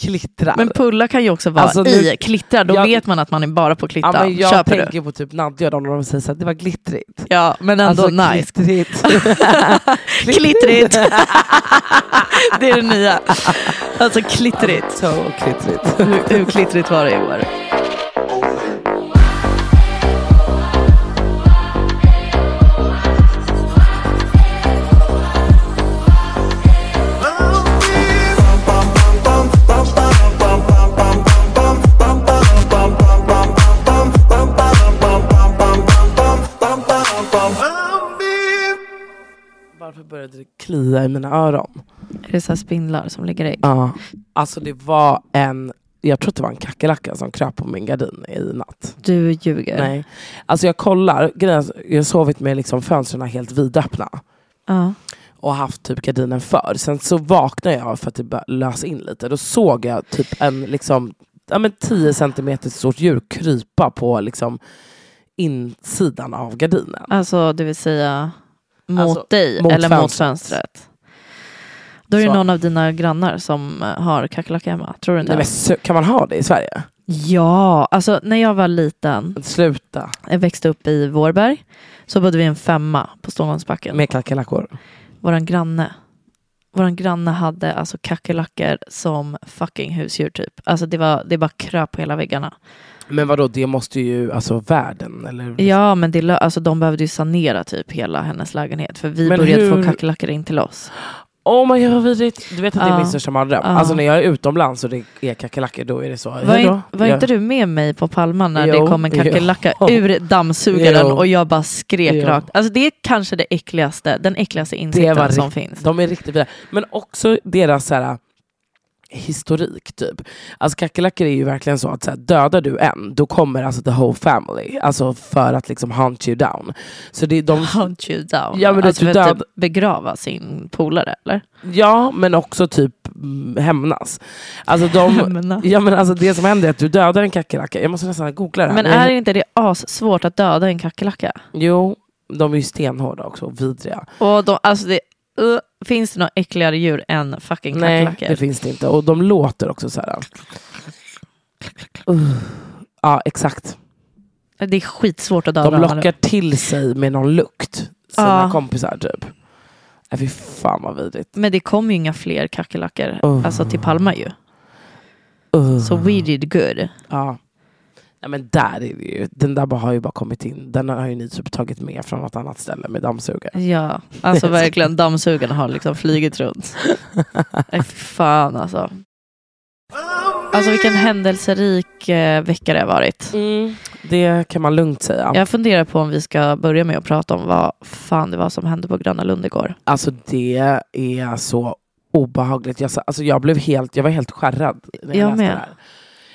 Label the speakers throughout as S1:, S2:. S1: Klittrar.
S2: Men pulla kan ju också vara
S3: Alltså, nu-
S2: i klittra, då
S3: jag-
S2: vet man att man är bara på klittra.
S3: Ja, men jag
S2: Köper
S3: tänker
S2: du?
S3: på typ Nadja och dem när de säger så här, det var glittrigt. Alltså,
S2: Ja, men ändå nice.
S3: glittrigt.
S2: Klittrigt! det är det nya. Alltså klittrigt.
S3: Så glittrigt.
S2: Hur, hur klittrigt var det i år?
S3: Varför började det klia i mina öron?
S2: Är det så här spindlar som ligger i?
S3: Ja. Alltså det var en, jag tror att det var en kackerlacka som kröp på min gardin i natt.
S2: Du ljuger.
S3: Nej. Alltså jag kollar, grejen är att jag har sovit med liksom fönstren helt vidöppna.
S2: Ja.
S3: och haft typ gardinen för. Sen så vaknade jag för att det började lösa in lite. Då såg jag typ en liksom, ja, men 10 centimeter stort djur krypa på liksom insidan av gardinen.
S2: Alltså det vill säga mot
S3: Alltså,
S2: dig
S3: mot
S2: eller mot
S3: fönstret.
S2: fönstret. Då är det
S3: Så.
S2: någon av dina grannar som eh, har kackerlacka hemma. Tror du inte?
S3: Nej, men, så- kan man ha det i Sverige?
S2: Ja, alltså när jag var liten,
S3: Sluta
S2: jag växte upp i Vårberg, så bodde vi i en femma på Stålholmsbacken.
S3: med kackerlackor.
S2: våran granne. Våran granne hade alltså kackerlackor som fucking husdjur typ. Alltså det, var, det bara kröp på hela väggarna.
S3: Men vadå, det måste ju, alltså världen eller?
S2: Ja men det, lö- alltså, de behövde ju sanera typ hela hennes lägenhet för vi
S3: Men
S2: började
S3: hur-
S2: få kackerlackor in till oss.
S3: Oh my god vad vidrigt. Du vet att det är
S2: Ja.
S3: min största mardröm.
S2: Ja.
S3: Alltså när jag är utomlands och det är kackerlackor då är det så.
S2: Var,
S3: Hej
S2: in,
S3: då.
S2: var
S3: Ja.
S2: inte du med mig på Palma när
S3: Jo,
S2: det kom en kackerlacka
S3: jo.
S2: ur dammsugaren
S3: Jo.
S2: och jag bara skrek
S3: Jo.
S2: rakt. Alltså det är kanske det äckligaste, den äckligaste insikten
S3: var
S2: som
S3: rikt-
S2: finns.
S3: De är riktigt vidriga. Men också deras så här, äh, historik typ. Alltså kackerlackor är ju verkligen så att så här, dödar du en, då kommer alltså the whole family. Alltså för att liksom hunt you down. Så det är de,
S2: Hunt you down.
S3: Ja, men
S2: alltså
S3: du
S2: för att
S3: död-
S2: typ begrava sin polare eller?
S3: ja, men också typ mm, hämnas. Alltså de,
S2: Hämnas.
S3: ja, men alltså det som händer är att du dödar en kackerlacka. Jag måste nästan googla det här.
S2: Men är inte det assvårt att döda en kackerlacka?
S3: Jo, de är ju stenhårda också, vidriga.
S2: Och de, alltså det, uh, finns det något äckligare djur än fucking
S3: Nej, det
S2: kackerlackor?
S3: finns det inte. Och de låter också så här. Uh. Ja, exakt.
S2: Det, är skitsvårt att döda
S3: De
S2: dem,
S3: lockar
S2: eller?
S3: till sig med någon lukt, sina
S2: Ja.
S3: kompisar typ. Nej, fy fan vad vidrigt.
S2: Men det kom ju inga fler kackerlackor
S3: Uh.
S2: alltså till Palma ju.
S3: Uh.
S2: Så we did good.
S3: Ja. Nej, men där är det ju, den där bara har ju bara kommit in. Den har ju ni typ tagit med från något annat ställe med dammsugare.
S2: Ja, alltså verkligen dammsugarna har liksom flugit runt. Nej, fy fan alltså. Alltså vilken händelserik eh, vecka det har varit.
S3: Det kan man lugnt säga.
S2: Jag funderar på om vi ska börja med att prata om vad fan det var som hände på Gröna Lund igår.
S3: Alltså det är så obehagligt. Jag, sa- alltså, jag, blev helt, jag var helt skärrad när jag,
S2: Jag
S3: läste
S2: med.
S3: det här.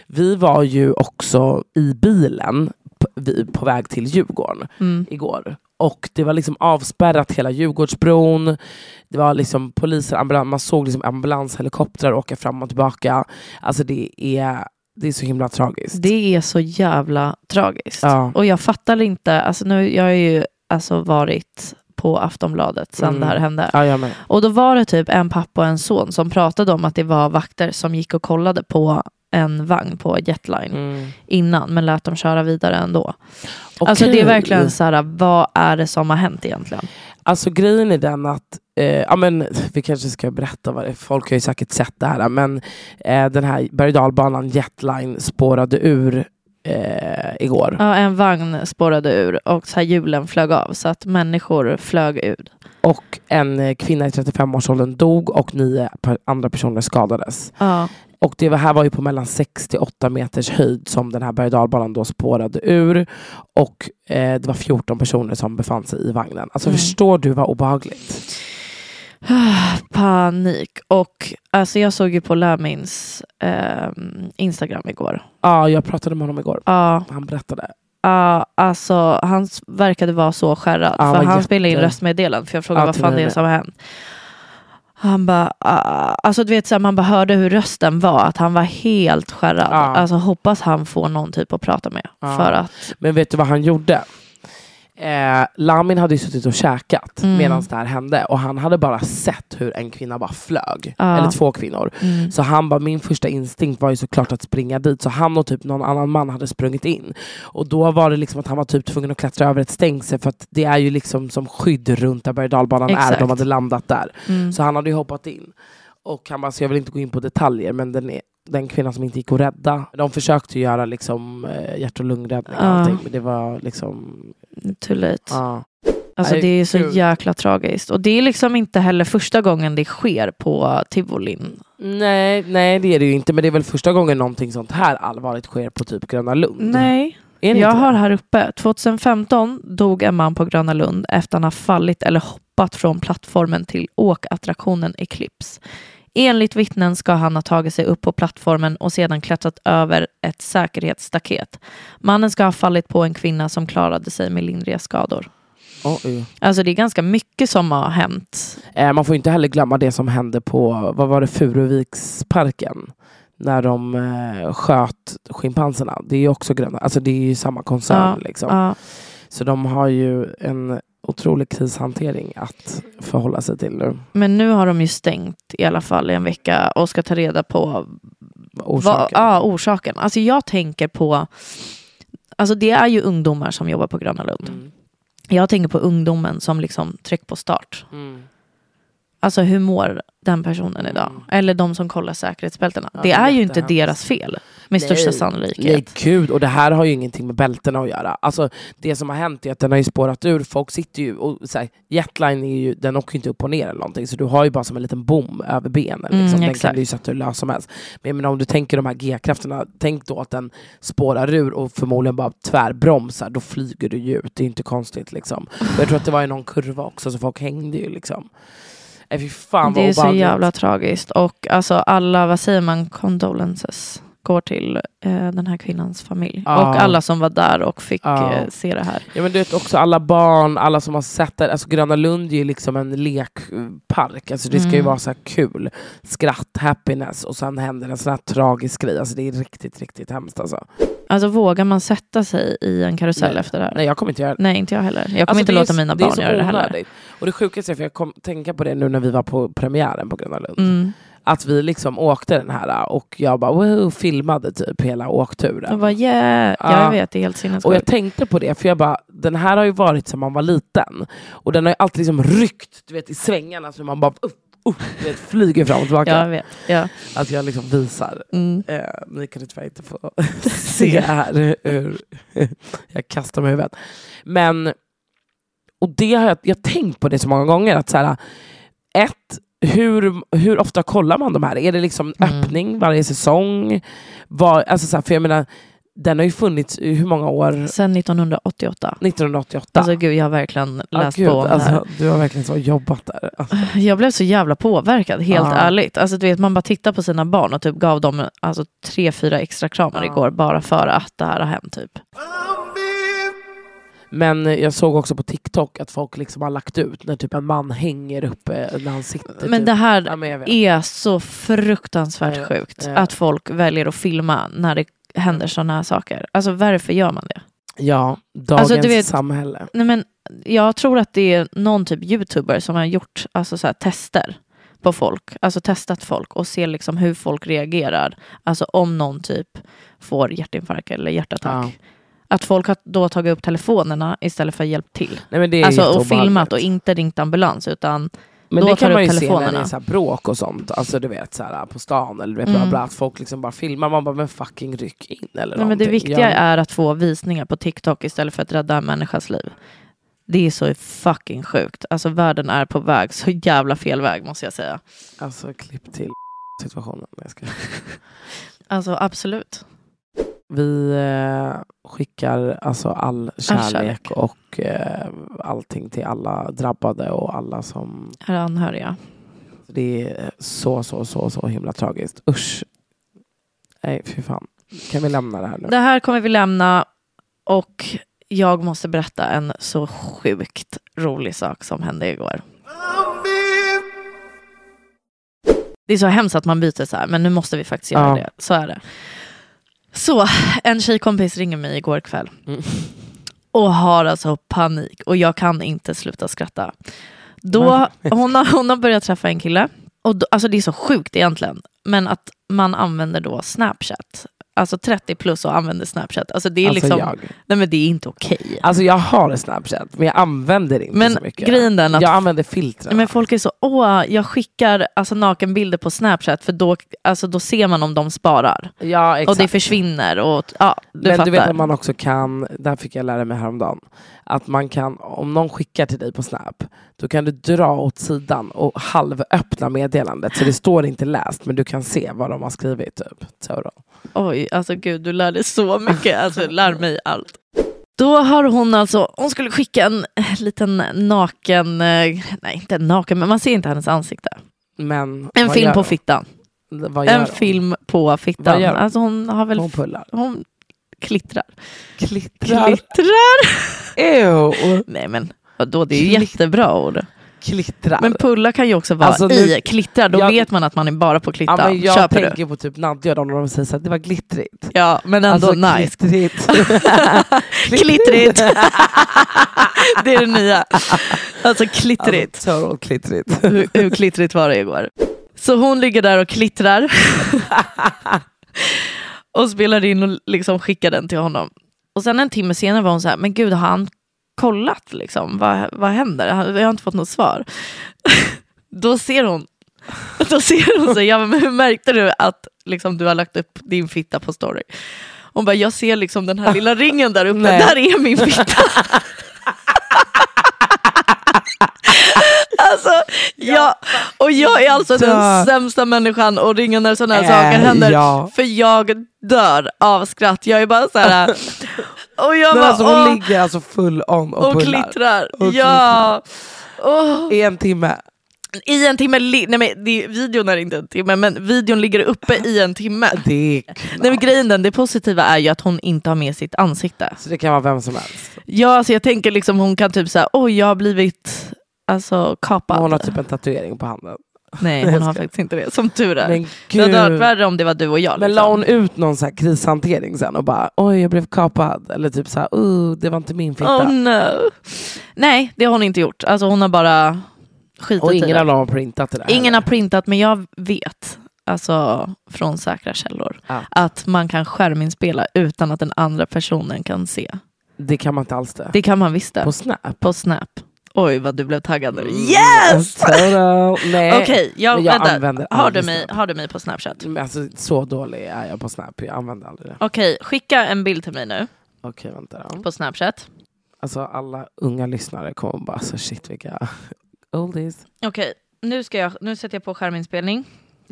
S3: Vi var ju också i bilen på, vi, på väg till Djurgården.
S2: Mm.
S3: igår. Och det var liksom avspärrat hela Djurgårdsbron. Det var liksom poliser, ambulans, man såg liksom ambulanshelikoptrar åka fram och tillbaka. Alltså det är, det är så himla tragiskt.
S2: Det är så jävla tragiskt.
S3: Ja.
S2: Och jag fattar inte, alltså nu, jag har ju alltså varit på Aftonbladet sedan
S3: Mm.
S2: det här hände.
S3: Ja, jag med.
S2: Och då var det typ en pappa och en son som pratade om att det var vakter som gick och kollade på en vagn på Jetline
S3: Mm.
S2: innan, men lät dem köra vidare ändå. Alltså det
S3: Okej.
S2: är verkligen så här, vad är det som har hänt egentligen?
S3: Alltså grejen är den att, eh, ja, men, vi kanske ska berätta vad det är, folk har ju säkert sett det här, men eh, den här berg och dalbanan Jetline spårade ur eh, igår.
S2: Ja, en vagn spårade ur och så här hjulen flög av så att människor flög ur.
S3: Och en eh, kvinna i 35-årsåldern dog och nio per- andra personer skadades.
S2: Ja.
S3: Och det var- här var ju på mellan 6-8 meters höjd som den här berg och dalbanan då spårade ur. Och eh, det var 14 personer som befann sig i vagnen. Alltså
S2: Mm.
S3: förstår du vad obehagligt?
S2: Panik. Och alltså jag såg ju på Lämins ehm, Instagram igår.
S3: Ja, jag pratade med honom igår.
S2: Ja,
S3: Han berättade.
S2: ja, alltså han s- verkade vara så skärrad.
S3: Ja, han
S2: för
S3: var
S2: han spelade in
S3: jätte-
S2: röstmeddelanden för jag frågade
S3: Ja,
S2: vad
S3: till
S2: fan
S3: mig
S2: det är
S3: med.
S2: som har hänt. Han bara, ah, alltså du vet så här, man bara hörde hur rösten var, att han var helt skärrad.
S3: Ja.
S2: Alltså hoppas han får någon typ att prata med.
S3: Ja.
S2: För att,
S3: Men vet du vad han gjorde? Eh, Lamin hade ju suttit och käkat
S2: Mm.
S3: medan det här hände. Och han hade bara sett hur en kvinna bara flög.
S2: Ja.
S3: Eller två kvinnor.
S2: mm,
S3: Så han bara, min första instinkt var ju såklart att springa dit. Så han och typ någon annan man hade sprungit in. Och då var det liksom att han var typ tvungen att klättra över ett stängsel för att det är ju liksom som skydd runt där berg och dalbanan är.
S2: Exakt.
S3: De hade landat där.
S2: mm.
S3: Så han hade ju hoppat in. Och han bara, så jag vill inte gå in på detaljer men den, är, den kvinnan som inte gick att rädda. De försökte ju göra liksom eh, hjärt och lungräddning och
S2: Ja.
S3: allting. Men det var liksom...
S2: too late.
S3: ja.
S2: Alltså
S3: Nej,
S2: det är så
S3: gud.
S2: jäkla tragiskt. Och det är liksom inte heller första gången det sker på tivolin.
S3: Nej, nej det är det ju inte. Men det är väl första gången någonting sånt här allvarligt sker på typ Gröna Lund?
S2: Nej,
S3: Är det
S2: jag
S3: inte
S2: har
S3: det?
S2: här uppe. 2015 dog en man på Gröna Lund efter att han har fallit eller hoppat från plattformen till åkattraktionen Eclipse. Enligt vittnen ska han ha tagit sig upp på plattformen och sedan klättrat över ett säkerhetsstaket. Mannen ska ha fallit på en kvinna som klarade sig med lindriga skador.
S3: Oj.
S2: Alltså det är ganska mycket som har hänt.
S3: Eh, man får inte heller glömma det som hände på, vad var det, Furuviksparken? När de eh, sköt schimpanserna. Det är ju också gröna, alltså det är ju samma koncern. liksom.
S2: Ja.
S3: Så de har ju en otrolig krishantering att förhålla sig till nu.
S2: Men nu har de ju stängt i alla fall i en vecka och ska ta reda på vad,
S3: Orsaken.
S2: ja, orsaken. Alltså jag tänker på, alltså det är ju ungdomar som jobbar på Gröna Lund.
S3: Mm.
S2: Jag tänker på ungdomen som liksom tryck på start.
S3: Mm.
S2: Alltså hur mår den personen idag?
S3: Mm.
S2: Eller de som kollar säkerhetsbältena.
S3: Ja,
S2: det
S3: det är
S2: är ju inte
S3: jättehemskt.
S2: deras fel
S3: Nej.
S2: med största
S3: Nej
S2: sannolikhet.
S3: gud, och det här har ju ingenting med bältena att göra. Alltså, det som har hänt är att den har ju spårat ur, folk sitter ju och så här, jetline är ju, den åker ju inte upp och ner eller någonting så du har ju bara som en liten bom över benen. Liksom.
S2: Mm,
S3: den kan
S2: exakt.
S3: du ju sätta hur lös som helst. Men jag menar, om du tänker de här g-krafterna, tänk då att den spårar ur och förmodligen bara tvärbromsar, då flyger du ju ut. Det är inte konstigt liksom. Och jag tror att det var i någon kurva också så folk hängde ju liksom. Nej, fy fan vad
S2: det är så
S3: obehagligt.
S2: jävla tragiskt. Och alltså alla, vad säger man, condolences går till eh, den här kvinnans familj.
S3: Ja.
S2: Och alla som var där och fick
S3: Ja.
S2: eh, se det här.
S3: Ja men du vet också alla barn, alla som har sett det, alltså Gröna Lund är ju liksom en lekpark, alltså det ska ju
S2: Mm.
S3: vara så här kul, skratt, happiness och sen händer en sån här tragisk grej, alltså det är riktigt riktigt hemskt alltså.
S2: Alltså vågar man sätta sig i en karusell
S3: Nej.
S2: efter det här? Nej.
S3: Nej jag kommer inte göra det.
S2: inte jag heller. Mm. Jag
S3: Alltså,
S2: kommer inte
S3: det är
S2: låta
S3: så-
S2: mina
S3: det är
S2: barn
S3: så
S2: göra det heller.
S3: onödigt. Och det sjukaste är, för jag kom tänka på det nu när vi var på premiären på Gröna Lund,
S2: Mm.
S3: att vi liksom åkte den här och jag bara wow, filmade typ hela åkturen.
S2: Jag bara yeah,
S3: Ja.
S2: jag vet det är helt
S3: Och jag
S2: sinnessjukt.
S3: tänkte på det, för jag bara, den här har ju varit sedan man var liten. Och den har ju alltid liksom ryckt du vet, i svängarna så man bara upp, upp, du vet, flyger fram och tillbaka.
S2: Jag vet. Ja.
S3: Att jag liksom visar.
S2: Mm.
S3: Eh, ni kan tyvärr inte få se här hur jag kastar mig i huvudet. Men, och det har jag, jag har tänkt på det så många gånger. Att så här, ett, hur, hur ofta kollar man de här? Är det liksom
S2: Mm.
S3: öppning varje säsong? Var, alltså så här, för jag menar, den har ju funnits i hur många år?
S2: Sen 1988.
S3: 1988.
S2: Alltså gud, jag har verkligen
S3: Ja,
S2: läst
S3: gud,
S2: på om det här.
S3: alltså, Du har verkligen så jobbat där. Alltså,
S2: Jag blev så jävla påverkad, helt
S3: Ja.
S2: ärligt. Alltså, du vet, man bara tittar på sina barn och typ gav dem alltså, tre, fyra extra kramar
S3: Ja.
S2: igår bara för att det här har hänt. Typ.
S3: Men eh, jag såg också på TikTok att folk liksom har lagt ut när typ en man hänger uppe när han sitter.
S2: Men
S3: typ.
S2: det här
S3: men jag vet.
S2: är så fruktansvärt
S3: Ja, Mm.
S2: sjukt
S3: ja.
S2: att folk väljer att filma när det händer sådana här saker. Alltså varför gör man det?
S3: Ja, dagens
S2: Alltså, du vet-
S3: samhälle.
S2: Nej, men jag tror att det är någon typ youtuber som har gjort alltså, så här, tester på folk, alltså testat folk och ser liksom hur folk reagerar, alltså om någon typ får hjärtinfarkt eller hjärtattack.
S3: Ja.
S2: Att folk har då tagit upp telefonerna istället för hjälpt till.
S3: Nej, men det är
S2: Alltså och
S3: jätteobehagligt.
S2: filmat och inte ringt ambulans utan
S3: Men
S2: Då
S3: det
S2: tar
S3: kan
S2: du
S3: man ju
S2: upp
S3: se när det är
S2: telefonerna.
S3: så här bråk och sånt, alltså du vet så här, på stan eller du vet, bla,
S2: Mm.
S3: bla, att folk liksom bara filmar, man bara men fucking ryck in eller
S2: Nej, men det
S3: någonting.
S2: viktiga
S3: Gör-
S2: är att få visningar på TikTok istället för att rädda en människas liv. Det är så fucking sjukt. Alltså världen är på väg så jävla fel väg måste jag säga.
S3: Alltså klipp till situationen. Nej, jag ska...
S2: Alltså absolut.
S3: Vi eh, skickar alltså all kärlek,
S2: kärlek.
S3: och eh, allting till alla drabbade och alla som...
S2: Här är anhöriga.
S3: Det är så, så, så, så himla tragiskt. Usch. Nej, fy fan. Kan vi lämna det här nu?
S2: Det här kommer vi lämna och jag måste berätta en så sjukt rolig sak som hände igår. Det är så hemskt att man byter så här, men nu måste vi faktiskt göra
S3: Ja.
S2: det. Så är det. Så, en tjejkompis ringer mig igår kväll
S3: Mm.
S2: och har alltså panik och jag kan inte sluta skratta. Då, hon, har, hon har börjat träffa en kille, och då, alltså det är så sjukt egentligen, men att man använder då Snapchat. Alltså 30 plus och använder Snapchat. Alltså det är
S3: alltså,
S2: liksom,
S3: jag.
S2: nej men det är inte okej.
S3: alltså jag har Snapchat, men jag använder det inte
S2: Men
S3: så mycket.
S2: grejen den att
S3: Jag använder filtren.
S2: men folk är så, åh, jag skickar alltså, nakenbilder på Snapchat för då, alltså, då ser man om de sparar.
S3: ja, exakt.
S2: Och det försvinner. Och, ja, du
S3: men
S2: fattar.
S3: du vet att man också kan, där fick jag lära mig häromdagen, att man kan, om någon skickar till dig på Snap, då kan du dra åt sidan och halvöppna meddelandet så det står inte läst men du kan se vad de har skrivit. Typ. Total.
S2: Oj, alltså gud, du lär dig så mycket. Alltså, lär mig allt. Då har hon alltså, hon skulle skicka en eh, liten naken, eh, nej inte naken, men man ser inte hennes ansikte.
S3: Men
S2: En
S3: vad
S2: film
S3: gör
S2: på
S3: de?
S2: fittan.
S3: Vad gör
S2: En
S3: de?
S2: film på
S3: Vad
S2: fittan.
S3: gör de?
S2: Alltså hon har väl,
S3: Hon pullar.
S2: hon klittrar.
S3: Klittrar.
S2: Klittrar?
S3: Ew.
S2: Nej men vadå, det är ju jättebra ord.
S3: Klittrar.
S2: Men pulla kan ju också vara
S3: Alltså, nu-
S2: i klittra, då
S3: jag-
S2: vet man att man är bara på
S3: ja,
S2: klitta.
S3: men jag
S2: Köper
S3: tänker
S2: du?
S3: på typ Nadja och de när de säger så här, det var glittrigt.
S2: Ja, men ändå
S3: alltså
S2: nice.
S3: glittrigt.
S2: Klittrigt! det är det nya. Alltså klittrigt.
S3: Alltså, total glittrigt.
S2: Hur, hur klittrigt var det igår? Så hon ligger där och klittrar. och spelar in och liksom skickar den till honom. Och sen en timme senare var hon så här, men gud har han kollat liksom? Vad, vad händer? Han- Jag har inte fått något svar. Då ser hon, då ser hon så här, ja, men hur märkte du att liksom, du har lagt upp din fitta på story? Hon bara, jag ser liksom den här lilla ringen där uppe,
S3: Nej.
S2: där är min fitta. Alltså, jag, och jag är alltså den
S3: dör.
S2: sämsta människan att ringa när sådana här
S3: Äh,
S2: saker händer.
S3: ja.
S2: För jag dör av skratt. Jag är bara så här. Och jag
S3: Men
S2: bara,
S3: alltså,
S2: åh,
S3: hon ligger alltså full on och,
S2: och
S3: pullar.
S2: klittrar.
S3: Och
S2: ja. Åh.
S3: I en timme.
S2: I en timme, li- nej men det, videon är inte en timme, men videon ligger uppe i en timme.
S3: Det är knappt.
S2: Nej men grejen den, det positiva är ju att hon inte har med sitt ansikte.
S3: Så det kan vara vem som helst.
S2: Ja, alltså jag tänker liksom hon kan typ säga, oj jag har blivit alltså kapad.
S3: Men Hon har typ en tatuering på handen.
S2: Nej hon har faktiskt inte det, som tur är.
S3: Men
S2: det hade varit
S3: gud.
S2: värre om det var du och jag.
S3: Men
S2: liksom.
S3: la hon ut någon så här krishantering sen och bara oj jag blev kapad eller typ så här oh, det var inte min fitta.
S2: Oh no. Nej, det har hon inte gjort. Alltså hon har bara skitit
S3: och
S2: i
S3: ingen
S2: typ det.
S3: av dem har printat det där.
S2: Ingen har
S3: heller.
S2: printat, men jag vet alltså, från säkra källor
S3: Ja.
S2: att man kan skärminspela utan att den andra personen kan se.
S3: Det kan man inte alls det.
S2: Det kan man visst det.
S3: På
S2: På,
S3: Snap.
S2: Snap. Oj, vad du blev taggad nu. Yes!
S3: Total. Nej.
S2: Okej, Mm. jag,
S3: Men jag
S2: vänta.
S3: använder
S2: Har du,
S3: aldrig
S2: mig,
S3: Snap.
S2: har du mig på Snapchat?
S3: Men alltså, så dålig är jag på Snap, jag använder aldrig det.
S2: Okej, skicka en bild till mig nu
S3: Okej vänta då.
S2: på Snapchat.
S3: Alltså alla unga lyssnare kommer bara alltså shit vilka oldies.
S2: Okej, nu, ska jag, nu sätter jag på skärminspelning.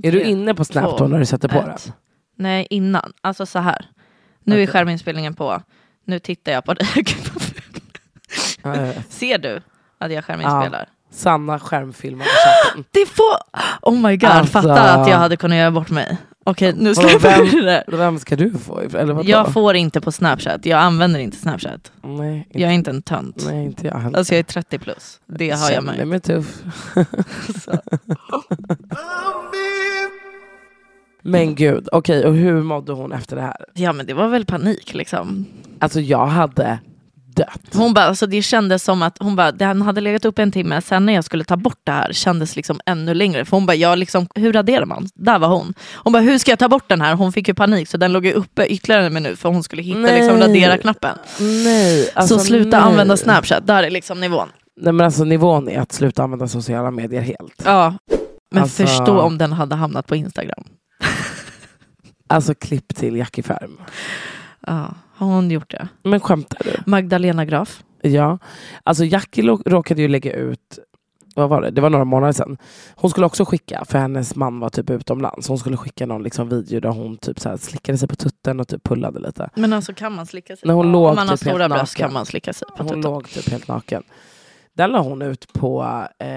S3: Är du inne på Snap då när du sätter på den?
S2: ett. Nej, innan. Alltså så här. Nu är
S3: Okej.
S2: skärminspelningen på. Nu tittar jag på dig. Gud, vad fult.
S3: Ja, jag vet.
S2: Ser du att jag skärminspelar?
S3: Sanna skärmfilmar på chatten.
S2: Det får... Oh my god,
S3: Alltså.
S2: fatta att jag hade kunnat göra bort mig. Okej, nu
S3: Vadå,
S2: släpper
S3: vem-
S2: vi det där.
S3: Vem ska du få ifrån? Eller vadå?
S2: Jag får inte på Snapchat. Jag använder inte Snapchat.
S3: Nej, inte,
S2: Jag är inte en tönt.
S3: nej, inte jag heller.
S2: Alltså jag är 30 plus. Det har jag
S3: Känner
S2: märkt.
S3: mig tuff. Men gud, okej, och hur mådde hon efter det här?
S2: Ja men det var väl panik liksom.
S3: Alltså jag hade dött.
S2: Hon bara, alltså det kändes som att hon bara, den hade legat upp en timme, sen när jag skulle ta bort det här kändes liksom ännu längre. För hon bara, jag liksom, hur raderar man? Där var hon. Hon bara, hur ska jag ta bort den här? Hon fick ju panik så den låg ju uppe ytterligare en minut för hon skulle hitta
S3: Nej.
S2: liksom radera-knappen.
S3: Nej, alltså
S2: så sluta
S3: nej.
S2: använda Snapchat, där är liksom nivån.
S3: Nej men alltså nivån är att sluta använda sociala medier helt.
S2: Ja, men
S3: Alltså-
S2: förstå om den hade hamnat på Instagram.
S3: Alltså klipp till Jackie Färm.
S2: Ja, har hon gjort det?
S3: Men skämtar du?
S2: Magdalena Graf.
S3: Ja. Alltså Jackie lo- råkade ju lägga ut, vad var det? Det var några månader sedan. Hon skulle också skicka, för hennes man var typ utomlands, hon skulle skicka någon liksom video där hon typ så här slickade sig på tutten och typ pullade lite.
S2: Men alltså kan man slicka sig
S3: När hon
S2: på-
S3: låg
S2: Om man har
S3: typ helt
S2: stora bröst
S3: naken.
S2: kan man slicka sig på
S3: Hon
S2: tuttan.
S3: låg typ helt naken. Den la hon ut på eh,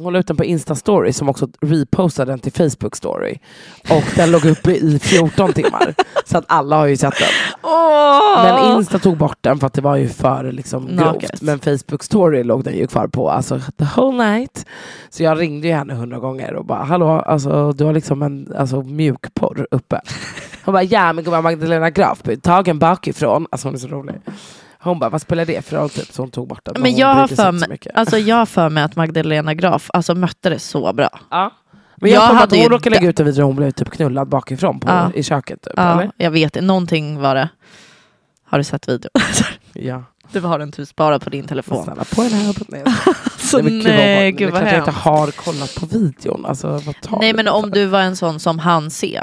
S3: hon la ut den på Insta-story som också repostade den till Facebook-story. Och den låg uppe i 14 timmar. Så att alla har ju sett den.
S2: Åh!
S3: Men Insta tog bort den för att det var ju för liksom,
S2: Naket.
S3: grovt. Men Facebook story låg den ju kvar på alltså, the whole night. Så jag ringde ju henne hundra gånger och bara hallå, alltså, du har liksom en alltså, mjukporr uppe. Hon bara ja men gumman Magdalena Graf blir tagen bakifrån. Alltså hon är så rolig. Hon bara vad spelar det för roll typ? Så hon tog bort den.
S2: Men
S3: hon
S2: jag har
S3: brydde sig
S2: för
S3: inte så
S2: mig-
S3: mycket.
S2: Alltså jag har för mig att Magdalena Graf alltså, mötte det så bra.
S3: Ja. Men jag,
S2: jag
S3: jag
S2: hade
S3: hade att
S2: ju
S3: hon råkade
S2: dö-
S3: lägga ut en video där hon blev typ knullad bakifrån på,
S2: Ja.
S3: i köket. Typ,
S2: Ja,
S3: eller?
S2: jag vet, någonting var det. Har du sett videon?
S3: Ja.
S2: Du har den typ sparad på din
S3: Men
S2: telefon.
S3: Snälla på den här. Nej,
S2: Så
S3: men gud, vad
S2: Alltså, nej,
S3: obehagligt. Det är
S2: gud vad
S3: klart jag inte
S2: hemskt.
S3: har kollat på videon. Alltså, vad tar
S2: Nej
S3: du
S2: men
S3: för?
S2: om du var en sån som han se.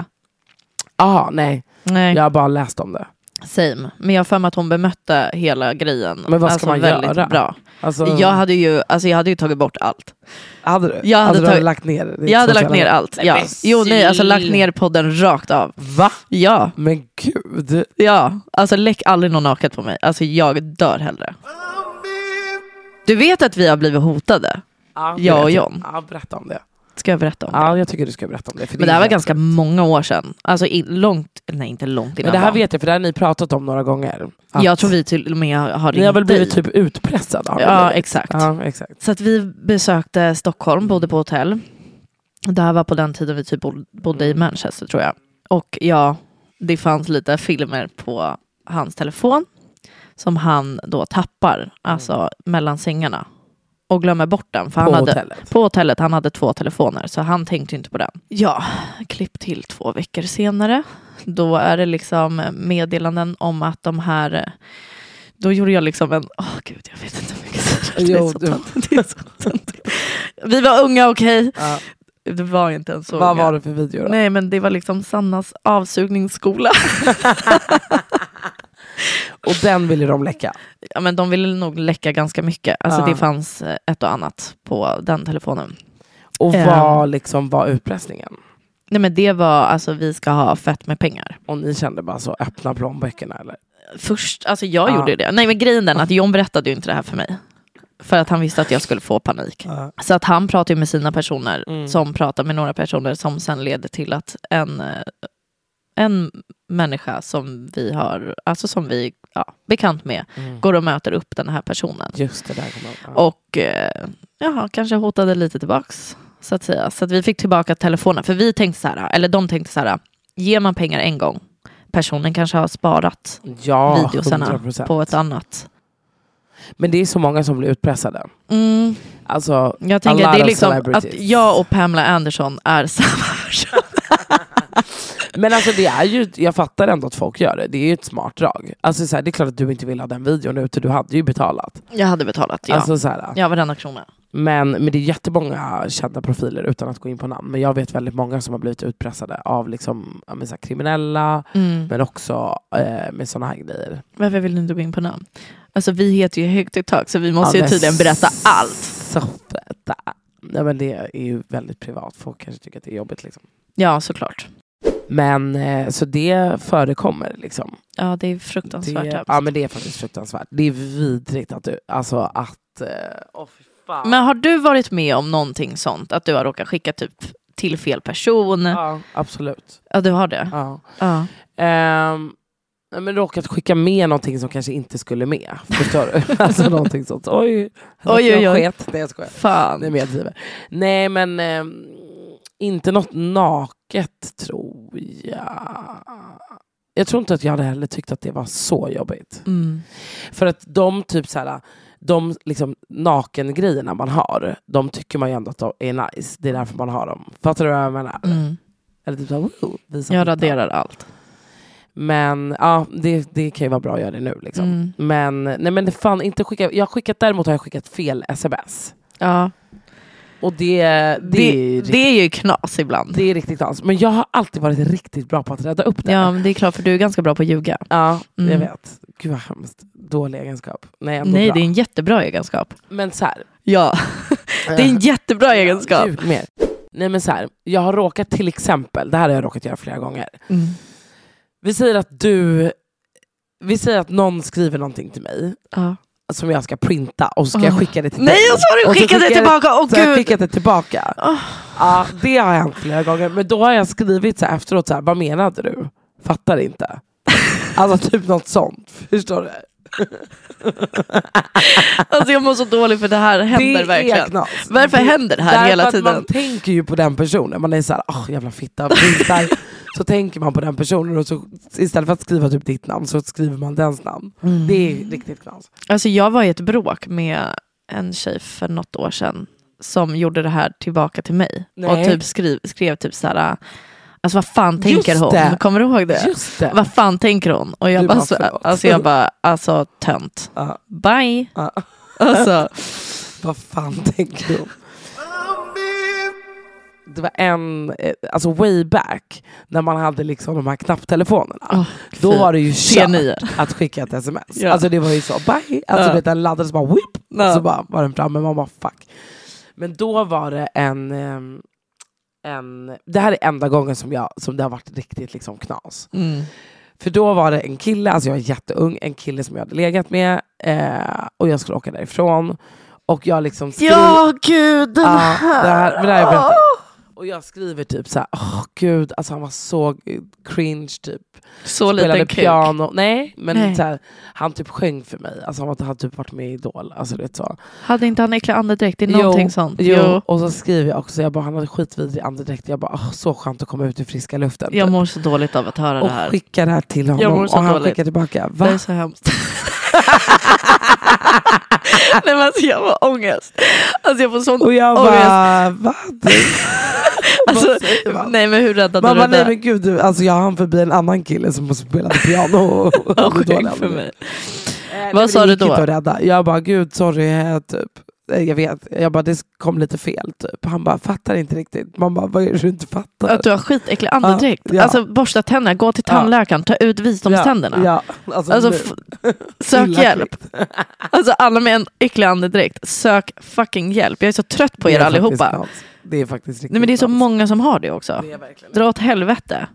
S3: Ah, nej.
S2: Nej,
S3: Jag har bara läst om det.
S2: same. Men jag har för mig att hon bemötte hela grejen.
S3: Men vad ska
S2: alltså,
S3: man
S2: väldigt
S3: göra?
S2: bra.
S3: Alltså,
S2: Jag hade ju, alltså, jag hade ju tagit bort allt.
S3: hade du?
S2: jag hade
S3: alltså, du
S2: tagit-
S3: hade lagt ner det
S2: Jag hade lagt
S3: sociala
S2: ner
S3: medier.
S2: allt. Ja. Jo nej, alltså lagt ner podden rakt av.
S3: Va?
S2: Ja,
S3: Men gud.
S2: ja. Alltså läck aldrig någon naket på mig. Alltså jag dör hellre. Du vet att vi har blivit hotade?
S3: Ja,
S2: Jag och
S3: berätta.
S2: John.
S3: Ja, berätta om det.
S2: Ska jag berätta om det?
S3: Ja, jag tycker du ska berätta om det. för
S2: Men det
S3: är
S2: här var
S3: helt-
S2: ganska många år sedan. Alltså i, långt, nej inte långt innan
S3: Men det här
S2: barn.
S3: vet jag, för det här har ni pratat om några gånger. Att
S2: Jag tror vi till och med har
S3: Ni
S2: ringt
S3: har väl blivit
S2: dig.
S3: typ utpressade? har ni
S2: Ja,
S3: blivit?
S2: exakt.
S3: Ja, exakt.
S2: Så att vi besökte Stockholm, bodde på hotell. Det här var på den tiden vi typ bod- bodde i Manchester tror jag. Och ja, det fanns lite filmer på hans telefon som han då tappar, alltså mellan sängarna. Och glömmer bort den. För
S3: På
S2: han hade,
S3: hotellet.
S2: på hotellet, han hade två telefoner så han tänkte ju inte på den. Ja, klipp till två veckor senare. Då är det liksom meddelanden om att de här då gjorde jag liksom en, åh gud jag vet inte hur mycket det är
S3: Jo,
S2: så
S3: du-
S2: töntigt, det är så töntigt. Vi var unga okej,
S3: Ja.
S2: det var ju inte ens så
S3: Vad
S2: unga.
S3: var det för video då?
S2: Nej men det var liksom Sannas avsugningsskola.
S3: Och den ville de läcka.
S2: ja, men de ville nog läcka ganska mycket, alltså
S3: Ja.
S2: det fanns eh, ett och annat på den telefonen.
S3: Och
S2: Ehm.
S3: vad liksom var utpressningen?
S2: Nej men det var alltså vi ska ha fett med pengar.
S3: Och ni kände bara så, öppna plånböckerna eller?
S2: Först, alltså jag
S3: Ja.
S2: gjorde det. Nej men grejen den att John berättade ju inte det här för mig. För att han visste att jag skulle få panik.
S3: Ja.
S2: Så att han pratade ju med sina personer
S3: Mm.
S2: som pratade med några personer som sen ledde till att en, eh, en människa som vi har, alltså som vi ja, bekant med,
S3: Mm.
S2: går och möter upp den här personen.
S3: Just det, där kommer jag ihåg.
S2: Och eh, ja, kanske hotade lite tillbaks. Så att säga. Så att vi fick tillbaka telefonen. För vi tänkte så här, eller de tänkte så här, ger man pengar en gång, personen kanske har sparat
S3: Ja,
S2: videosarna
S3: 100%.
S2: på ett annat.
S3: Men det är så många som blir utpressade.
S2: Mm,
S3: Alltså,
S2: jag
S3: A
S2: tänker
S3: lot
S2: att det är
S3: of
S2: liksom att
S3: celebrities.
S2: jag och Pamela Anderson är samma person.
S3: men alltså det är ju, jag fattar ändå att folk gör det. Det är ju ett smart drag. Alltså så här, det är klart att du inte vill ha den videon ute, du hade ju betalat.
S2: Jag hade betalat, ja.
S3: Alltså, så här,
S2: ja, varenda krona.
S3: men, men det är jättemånga kända profiler utan att gå in på namn. Men jag vet väldigt många som har blivit utpressade av liksom, ja, men så här, kriminella,
S2: Mm.
S3: men också eh, med sådana här grejer.
S2: Varför vill du inte gå in på namn? Alltså vi heter ju högt i tak så vi måste
S3: Ja,
S2: ju
S3: men
S2: tydligen berätta allt.
S3: Så feta. Nej, men det är ju väldigt privat, folk kanske tycker att det är jobbigt. Liksom.
S2: Ja, såklart.
S3: Men eh, så det förekommer liksom.
S2: Ja, det är fruktansvärt
S3: Det,
S2: hemskt.
S3: ja men det är faktiskt fruktansvärt. Det är vidrigt att du, alltså att... Eh, åh, fy fan.
S2: Men har du varit med om någonting sånt? Att du har råkat skicka typ till fel person? Ja,
S3: Ja, absolut.
S2: du har det?
S3: Ja.
S2: Ja.
S3: Ehm, nej, men råkat skicka med någonting som kanske inte skulle med. Förstår du? alltså någonting sånt. Oj,
S2: Oj, oj,
S3: jag
S2: oj.
S3: sket. Nej jag skojar.
S2: Fan.
S3: Nej men jag driver. Nej men ehm, inte något naket tror jag. Jag tror inte att jag hade heller tyckt att det var så jobbigt.
S2: Mm.
S3: För att de typ så här, de liksom nakengrejerna man har, de tycker man ju ändå att de är nice. Det är därför man har dem. Fattar du vad jag menar?
S2: Mm.
S3: Eller typ såhär, wow, visa
S2: Jag
S3: fittan.
S2: raderar allt.
S3: Men ja, det, det kan ju vara bra att göra det nu. Liksom.
S2: Mm.
S3: Men, nej, men fan, inte skicka, jag har skickat, däremot har jag skickat fel sms.
S2: Ja.
S3: Och det, det, är, ju
S2: Det,
S3: riktigt,
S2: det är ju knas ibland.
S3: det är riktigt dans. Men jag har alltid varit riktigt bra på att rädda upp det.
S2: Ja, men det är klart för du är ganska bra på att ljuga.
S3: Ja,
S2: Mm.
S3: jag vet. Gud vad hemskt. Dålig egenskap. Nej, ändå
S2: Nej,
S3: bra.
S2: det är en jättebra egenskap.
S3: Men så här.
S2: Ja, det är en jättebra egenskap.
S3: Ljug mer. Nej men så här. Jag har råkat till exempel, det här har jag råkat göra flera gånger.
S2: Mm.
S3: Vi säger att du, vi säger att någon skriver någonting till mig
S2: Ja.
S3: som jag ska printa och så ska
S2: Ah.
S3: jag skicka det till
S2: Nej,
S3: dig.
S2: jag sa det!
S3: Och så
S2: Skicka det
S3: skickar-
S2: tillbaka! Åh
S3: Så har jag
S2: gud!
S3: skickat det tillbaka.
S2: Ah.
S3: Ja, det har hänt flera gånger. Men då har jag skrivit så här efteråt, så här, vad menade du? Fattar inte. Alltså typ något sånt. Förstår du?
S2: Alltså jag mår så dåligt för det här händer
S3: är
S2: verkligen.
S3: knas.
S2: Varför
S3: Det-
S2: händer det här
S3: Därför
S2: hela
S3: att
S2: tiden?
S3: Man tänker ju på den personen. Man är såhär, åh jävla fitta, printar. så tänker man på den personen och så istället för att skriva typ ditt namn så skriver man dens namn.
S2: Mm.
S3: Det är ju riktigt knas.
S2: Alltså jag var i ett bråk med en tjej för något år sedan som gjorde det här tillbaka till mig.
S3: Nej.
S2: Och typ skrev, skrev typ så här, alltså vad fan tänker hon?
S3: det.
S2: Kommer du ihåg det?
S3: Just det.
S2: Vad fan tänker hon? Och jag
S3: Du
S2: bara,
S3: bara,
S2: så,
S3: förlåt.
S2: alltså jag bara, alltså tönt.
S3: Ja,
S2: Bye.
S3: ja.
S2: Alltså,
S3: Vad fan tänker du? Det var en, eh, alltså way back, när man hade liksom de här knapptelefonerna.
S2: Åh,
S3: då var det ju
S2: genier.
S3: kört att skicka ett sms.
S2: Ja.
S3: Alltså det var ju så, bye. Alltså
S2: Ja.
S3: vet, den laddades bara, whip.
S2: Ja.
S3: Och så bara var den framme, man bara fuck. Men då var det en, ehm, en det här är enda gången som, jag, som det har varit riktigt liksom knas.
S2: mm.
S3: För då var det en kille, alltså jag är jätteung, en kille som jag hade legat med eh, och jag skulle åka därifrån. Och jag liksom skri-
S2: ja gud den
S3: Ja,
S2: här. Oh!
S3: det här- men det här är berättat. och jag skriver typ såhär, åh gud, alltså han var så cringe typ.
S2: så
S3: Spelade
S2: liten kuk.
S3: piano, nej men
S2: Nej.
S3: Så här, han typ sjöng för mig. Alltså han hade typ varit med i Idol. Alltså, du vet så.
S2: Hade inte han äcklig andedräkt? Det är
S3: Jo,
S2: någonting sånt.
S3: Jo. Och så skriver jag också, jag bara, han hade skitvidrig andedräkt. Jag bara, åh, så skönt att komma ut i friska luften.
S2: Jag
S3: typ.
S2: mår så dåligt av att höra
S3: och
S2: det här.
S3: skickar det här till
S2: Jag
S3: honom
S2: mår
S3: och
S2: så
S3: han
S2: dåligt.
S3: skickar tillbaka. Va?
S2: Det är så hemskt. Nej men alltså jag får ångest. Alltså jag får sån
S3: Och jag
S2: ångest.
S3: bara, vad?
S2: Alltså,
S3: vad säger man?
S2: nej men hur räddade
S3: Man
S2: du
S3: bara, nej
S2: det?
S3: men gud, du, alltså jag hann förbi en annan kille som spelade piano. Och, och,
S2: Ja,
S3: och
S2: sjukt för mig. Eh, Vad sa
S3: det
S2: du
S3: gick
S2: då?
S3: Inte att rädda. Jag bara, gud sorry, eh, typ. Eh, Jag vet, jag bara det kom lite fel typ. Han bara, fattar inte riktigt. Man bara, vad är det du inte fattar?
S2: Att du har skitäcklig andedräkt.
S3: Ja, ja.
S2: Alltså borsta tänderna, gå till
S3: Ja.
S2: tandläkaren, ta ut visdomständerna.
S3: Ja, ja. Alltså,
S2: Alltså
S3: nu.
S2: f- sök
S3: Illa
S2: hjälp.
S3: typ.
S2: Alltså alla med en äcklig andedräkt, sök fucking hjälp. Jag är så trött på
S3: Det är
S2: er
S3: faktiskt
S2: allihopa.
S3: sant. Det är faktiskt riktigt
S2: Nej men det är så
S3: sant.
S2: många som har det också.
S3: Det är verkligen
S2: Dra åt helvete.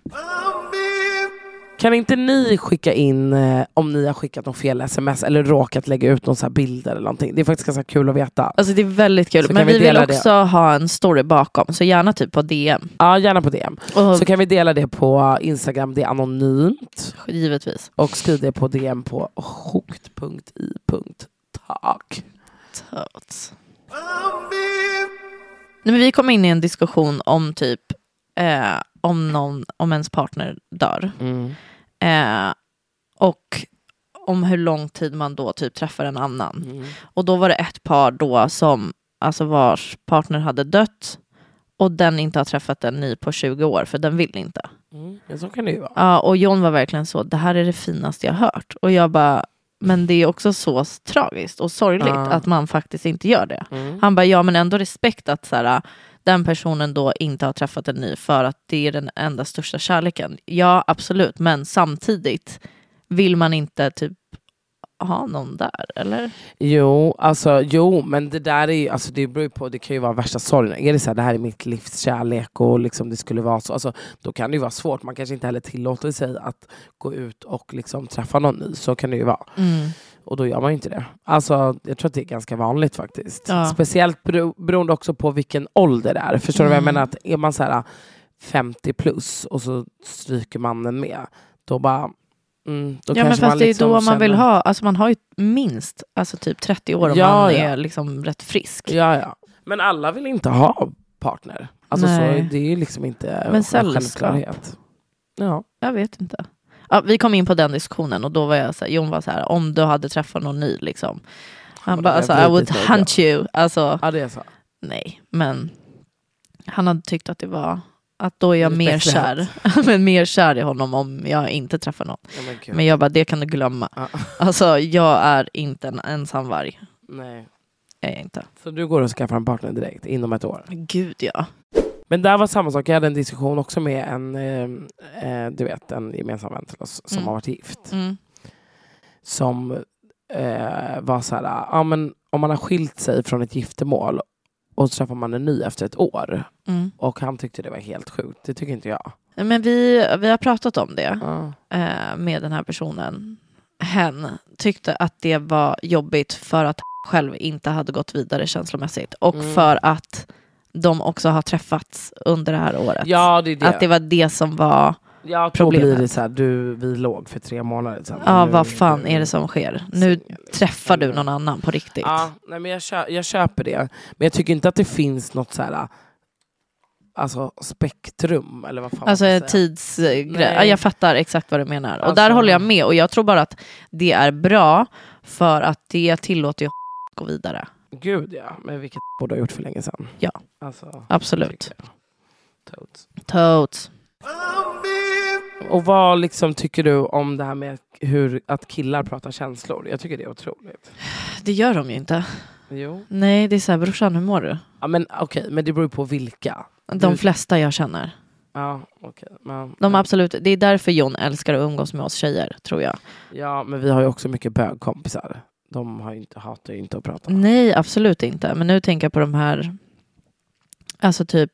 S3: Kan inte ni skicka in eh, om ni har skickat någon fel sms eller råkat lägga ut någon så här bilder eller någonting? Det är faktiskt ganska kul att veta.
S2: Alltså det är väldigt kul.
S3: Så
S2: Men
S3: kan
S2: vi,
S3: vi
S2: vill
S3: dela det.
S2: också ha en story bakom, så gärna typ på DM.
S3: Ja, gärna på DM.
S2: Och
S3: Så kan vi dela det på Instagram, det är anonymt.
S2: givetvis.
S3: Och skriv det på DM på sjukt.i.tak.
S2: Totes. Nej, men vi kom in i en diskussion om typ eh, om, någon, om ens partner dör. Eh, och om hur lång tid man då typ träffar en annan. Och då var det ett par då som alltså vars partner hade dött och den inte har träffat en ny på 20 år för den vill inte.
S3: Mm. Ja, så kan det ju vara.
S2: Ja, och John var verkligen så, det här är det finaste jag har hört. Och jag bara, men det är också så s- tragiskt och sorgligt
S3: Ja. Mm.
S2: att man faktiskt inte gör det. Han bara, ja men ändå respekt att så här, den personen då inte har träffat en ny för att det är den enda största kärleken. Ja, absolut, men samtidigt vill man inte typ ha någon där, eller?
S3: Jo, alltså, jo, men det där är ju, alltså, det beror ju på, det kan ju vara värsta sorgen. Är det så här, det här är mitt livs kärlek och liksom det skulle vara så, alltså, då kan det ju vara svårt. Man kanske inte heller tillåter sig att gå ut och liksom träffa någon ny, så kan det ju vara.
S2: Mm.
S3: Och då gör man ju inte det. Alltså, jag tror att det är ganska vanligt faktiskt.
S2: Ja.
S3: Speciellt bero, beroende också på vilken ålder det är. Förstår du vad jag
S2: Mm.
S3: menar? Att är man så här 50 plus och så stryker mannen med, då bara... Mm, då
S2: ja men
S3: kanske
S2: fast
S3: man
S2: det är
S3: liksom
S2: då man vill
S3: känner-
S2: ha, alltså man har ju minst alltså typ 30 år om
S3: Ja,
S2: man
S3: ja.
S2: är liksom rätt frisk.
S3: Ja, ja. Men alla vill inte ha partner. Alltså, så,
S2: Nej.
S3: det är ju liksom inte
S2: Men
S3: en
S2: sällskap.
S3: självklarhet. Ja.
S2: Jag vet inte. Ja, vi kom in på den diskussionen och då var jag så här, Jon var så här, om du hade träffat någon ny liksom. Han
S3: men
S2: bara,
S3: det
S2: alltså,
S3: är
S2: I would
S3: politiskt,
S2: hunt you. Alltså,
S3: ja, det är så.
S2: nej, men han hade tyckt att det var Att då är jag
S3: Lite
S2: mer kär.
S3: fränt.
S2: men mer kär i honom om jag inte träffar någon.
S3: Ja, men gud.
S2: Men jag bara, det kan du glömma.
S3: Ja.
S2: Alltså jag är inte en ensam varg.
S3: Nej.
S2: Jag är inte.
S3: Så du går och skaffar en partner direkt inom ett år?
S2: Gud ja.
S3: Men där var samma sak, jag hade en diskussion också med en, eh, eh, du vet, en gemensam vän till oss som
S2: Mm.
S3: har varit gift.
S2: Mm.
S3: Som eh, var så här, ja, men om man har skilt sig från ett giftermål och så träffar man en ny efter ett år.
S2: Mm.
S3: Och han tyckte det var helt sjukt, det tycker inte jag.
S2: Men vi, vi har pratat om det
S3: Ja.
S2: eh, med den här personen. Hen tyckte att det var jobbigt för att själv inte hade gått vidare känslomässigt och
S3: Mm.
S2: för att de också har träffats under det här året.
S3: Ja, det är det.
S2: Att det var det som var,
S3: ja, då
S2: problemet.
S3: blir det så här, du, vi låg för tre månader sedan.
S2: ja
S3: Nu-
S2: vad fan är det som sker? Nu träffar du någon annan på riktigt.
S3: Mm. Ja, nej, men jag, kö- jag köper det. Men jag tycker inte att det finns något så här, alltså spektrum eller vad fan man
S2: Alltså
S3: ska
S2: en
S3: säga.
S2: tidsgrej.
S3: Nej.
S2: Ja, jag fattar exakt vad du menar. Och
S3: Alltså-
S2: där håller jag med. Och jag tror bara att det är bra för att det tillåter ju att gå vidare.
S3: Gud ja, men vilket borde ha gjort för länge sedan.
S2: Ja.
S3: Alltså,
S2: Absolut.
S3: tycker jag. Totes.
S2: Totes.
S3: Och vad liksom tycker du om det här med hur, att killar pratar känslor? Jag tycker det är otroligt.
S2: Det gör de ju inte.
S3: Jo.
S2: Nej, det är så här, brorsan hur mår du?
S3: Ja, men okej, men det beror ju på vilka.
S2: De
S3: Du-
S2: flesta jag känner.
S3: Ja, okej. men,
S2: De absolut, det är därför John älskar att umgås med oss tjejer, tror jag.
S3: ja, men vi har ju också mycket bögkompisar. De har ju inte, hatar ju inte att prata.
S2: Nej, absolut inte. Men nu tänker jag på de här, alltså typ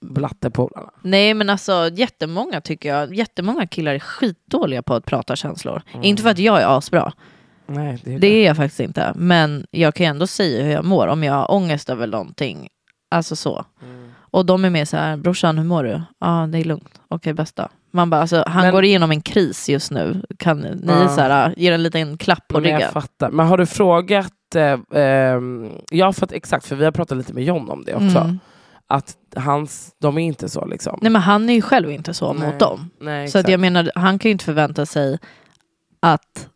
S3: Blattepolarna.
S2: Nej men alltså jättemånga tycker jag, jättemånga killar är skitdåliga på att prata känslor.
S3: Mm.
S2: Inte för att jag är asbra,
S3: Nej, det är
S2: det är jag faktiskt inte. Men jag kan ju ändå säga hur jag mår om jag har ångest över någonting. Alltså så.
S3: Mm.
S2: Och de är mer så här, brorsan hur mår du? Ja ah, det är lugnt, okej bästa. Man bara, alltså, han
S3: Men-
S2: går igenom en kris just nu. Kan ni
S3: Ja.
S2: så här, ge en liten klapp på
S3: Men jag
S2: ryggen?
S3: fattar. Men har du frågat... Eh, ehm, ja, för att, exakt. För vi har pratat lite med John om det också.
S2: Mm.
S3: Att hans, de är inte så liksom.
S2: Nej men han är ju själv inte så
S3: Nej.
S2: mot dem.
S3: Nej,
S2: Så att
S3: exakt.
S2: jag menar, han kan ju inte förvänta sig att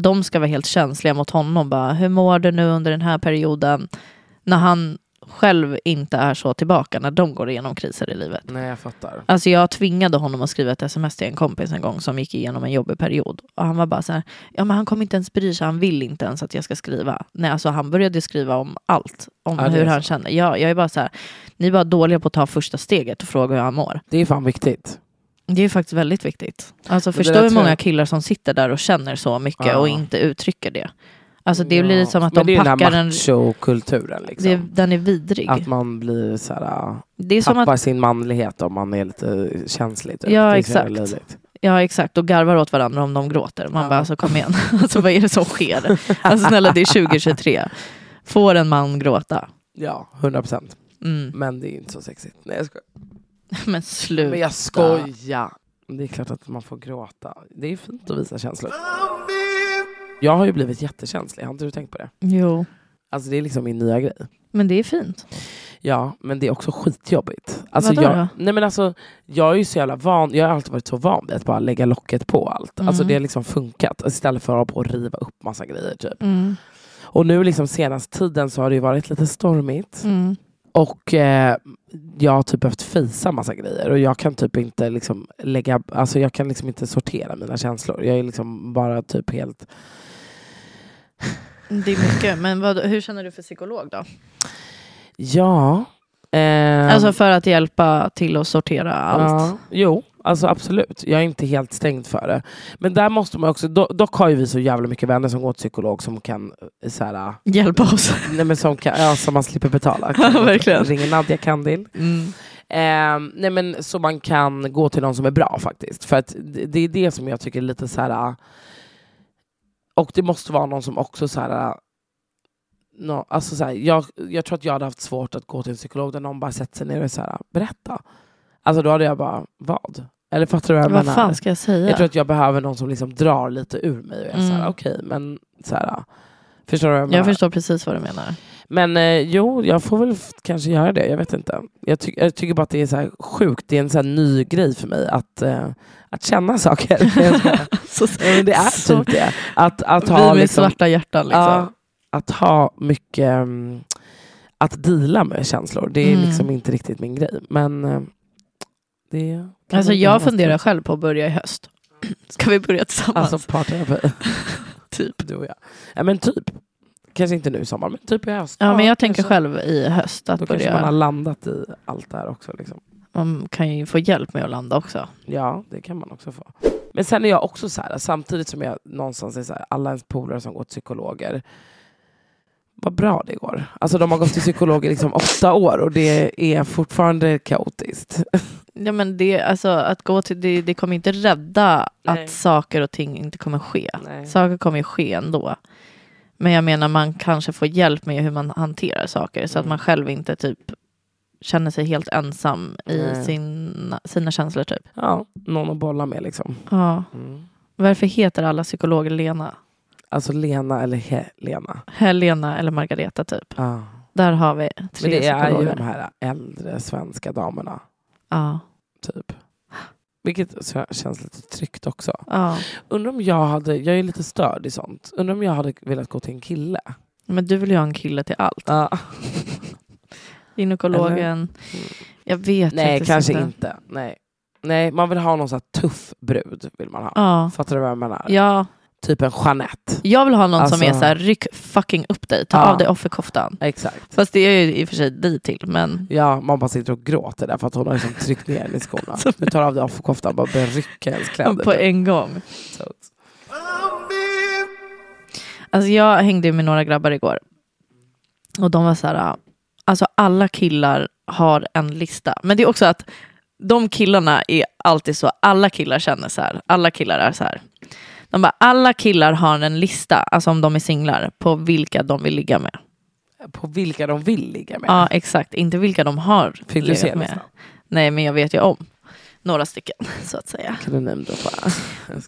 S2: de ska vara helt känsliga mot honom. Bara, hur mår du nu under den här perioden? När han själv inte är så tillbaka när de går igenom kriser i livet.
S3: Nej, jag fattar.
S2: Alltså jag tvingade honom att skriva ett sms till en kompis en gång som gick igenom en jobbig period. Och han var bara så här, ja men han kommer inte ens bry sig, han vill inte ens att jag ska skriva. Nej alltså han började skriva om allt, om
S3: Ja, det är
S2: hur han
S3: så.
S2: känner. Jag, jag är bara så här, ni är bara dåliga på att ta första steget och fråga hur han mår.
S3: Det är fan viktigt.
S2: Det är faktiskt väldigt viktigt. Alltså
S3: Men det
S2: förstå
S3: där
S2: hur
S3: tror
S2: många
S3: jag-
S2: killar som sitter där och känner så mycket
S3: Ja.
S2: och inte uttrycker det. Alltså det blir
S3: Ja.
S2: som att
S3: Men
S2: de
S3: det är
S2: packar
S3: den här
S2: en...
S3: machokulturen. Liksom.
S2: Det, den är vidrig.
S3: Att man blir så här, ah,
S2: det är som
S3: tappar
S2: att,
S3: sin manlighet om man är lite känslig. typ.
S2: Ja,
S3: Det är så
S2: exakt.
S3: jävla löjligt.
S2: ja exakt, och garvar åt varandra om de gråter. Man
S3: Ja.
S2: bara, alltså kom igen, alltså vad är det som sker? Alltså snälla, det är 2023. Får en man gråta?
S3: Ja, 100 procent.
S2: Mm.
S3: Men det är ju inte så sexigt. Nej, jag skojar.
S2: Men
S3: Men
S2: sluta.
S3: jag skojar. Det är klart att man får gråta. Det är fint att visa känslor. Jag har ju blivit jättekänslig. Har inte du tänkt på det?
S2: Jo,
S3: Alltså det är liksom min nya grej.
S2: men det är fint.
S3: Ja, men det är också skitjobbigt. Alltså,
S2: Vadå
S3: jag, nej men alltså, jag är ju så jävla van, jag har alltid varit så van vid att bara lägga locket på allt. Alltså
S2: Mm.
S3: det har liksom funkat istället för att hålla på och riva upp massa grejer. Typ.
S2: Mm.
S3: Och nu liksom senaste tiden så har det ju varit lite stormigt.
S2: Mm.
S3: Och eh, jag har typ behövt fejsa massa grejer och jag kan typ inte liksom lägga, alltså jag kan liksom inte sortera mina känslor. Jag är liksom bara typ helt...
S2: Det är mycket, men vad, hur känner du för psykolog då?
S3: Ehm. Ja. ehm,
S2: Alltså för att hjälpa till att sortera allt.
S3: Ja, jo, alltså absolut. Jag är inte helt stängd för det. Men där måste man också, do, dock har ju vi så jävla mycket vänner som går till psykolog som kan, eh, så här,
S2: Hjälpa oss.
S3: nej men som, kan, ja, som man slipper betala.
S2: Ja, verkligen.
S3: Ringer Nadja Kandil. Ehm, nej men så man kan gå till någon som är bra faktiskt. För att det, det är det som jag tycker är lite så här. äh, Och det måste vara någon som också så här. äh, nå- alltså så här jag, jag tror att jag hade haft svårt att gå till en psykolog där någon bara sätter sig ner och så här, äh, berätta. Alltså då hade jag bara, vad? Eller fattar du vad jag
S2: Vad
S3: menar?
S2: fan ska jag säga?
S3: Jag tror att jag behöver någon som liksom drar lite ur mig. Och jag är så här,
S2: Mm.
S3: okej men så här. äh, Förstår du vad jag menar?
S2: jag förstår precis vad du menar.
S3: Men eh, jo, jag får väl f- kanske göra det. Jag vet inte. Jag, ty- jag tycker bara att det är så här sjukt. Det är en så här ny grej för mig att, eh, att känna saker. Jag skojar.
S2: Så,
S3: Ja, men det är
S2: så,
S3: typ det. Att, att
S2: vi
S3: ha,
S2: med
S3: liksom,
S2: svarta hjärtan liksom.
S3: ja, att ha mycket mm, att dela med känslor. Det är
S2: Mm.
S3: liksom inte riktigt min grej. Men eh, Det kan
S2: Alltså
S3: man
S2: jag
S3: göra.
S2: funderar själv på att börja i höst. Ska vi börja tillsammans?
S3: Alltså parterapi.
S2: Typ.
S3: Du och jag. Ja, men typ. Kanske inte nu i sommar, men typ i höst.
S2: ja, men jag tänker
S3: kanske.
S2: själv i höst att
S3: Då kanske man har
S2: börja.
S3: landat i allt det här också. Liksom.
S2: Man kan ju få hjälp med att landa också.
S3: Ja, det kan man också få. Men sen är jag också så här, samtidigt som jag någonstans är så här, alla ens polare som går till psykologer, vad bra det går. Alltså de har gått till psykologer i liksom åtta år och det är fortfarande kaotiskt.
S2: Ja, men det, alltså, att gå till, det, det kommer inte rädda
S3: Nej.
S2: att saker och ting inte kommer ske.
S3: Nej.
S2: Saker kommer ju ske ändå. Men jag menar man kanske får hjälp med hur man hanterar saker så att
S3: Mm.
S2: man själv inte typ känner sig helt ensam i
S3: Nej.
S2: sina, sina känslor typ.
S3: Ja, någon att bolla med liksom.
S2: Ja. Varför heter alla psykologer Lena?
S3: Alltså Lena eller Helena.
S2: Helena eller Margareta typ.
S3: Ah.
S2: Där har vi
S3: Men
S2: tre
S3: det är ju
S2: psykologer.
S3: de här äldre svenska damerna,
S2: Ja.
S3: typ. Vilket så- känns lite tryggt också.
S2: ja.
S3: Undrar om jag hade, jag är lite störd i sånt, undrar om jag hade velat gå till en kille.
S2: Men du vill ju ha en kille till allt.
S3: Ja.
S2: Gynekologen. Jag vet
S3: Mm. Nej,
S2: faktiskt
S3: kanske inte. Nej. Nej, man vill ha någon sån här tuff brud. Vill man ha.
S2: Ja.
S3: Fattar du vad jag menar?
S2: ja.
S3: Typ en Jeanette.
S2: Jag vill ha någon som är
S3: Alltså-
S2: så här, ryck fucking upp dig, ta
S3: Ja.
S2: av dig offerkoftan.
S3: Exakt.
S2: Fast det är ju i och för sig dig till, men
S3: Ja, man bara sitter och gråter där för att hon har liksom tryckt ner henne i skorna. Du tar av dig offerkoftan och bara börjar rycka hennes kläder.
S2: på en gång.
S3: Så-
S2: Alltså jag hängde ju med några grabbar igår. Och de var så här, alltså alla killar har en lista. Men det är också att de killarna är alltid så, alla killar känner så här, alla killar är så här. De bara, alla killar har en lista, alltså om de är singlar, på vilka de vill ligga med.
S3: På vilka de vill ligga med.
S2: Ja, exakt. Inte vilka de har
S3: Fick du se
S2: legat med.
S3: listan?
S2: Nej, men jag vet ju om några stycken, så att säga.
S3: Kan du nämna det bara?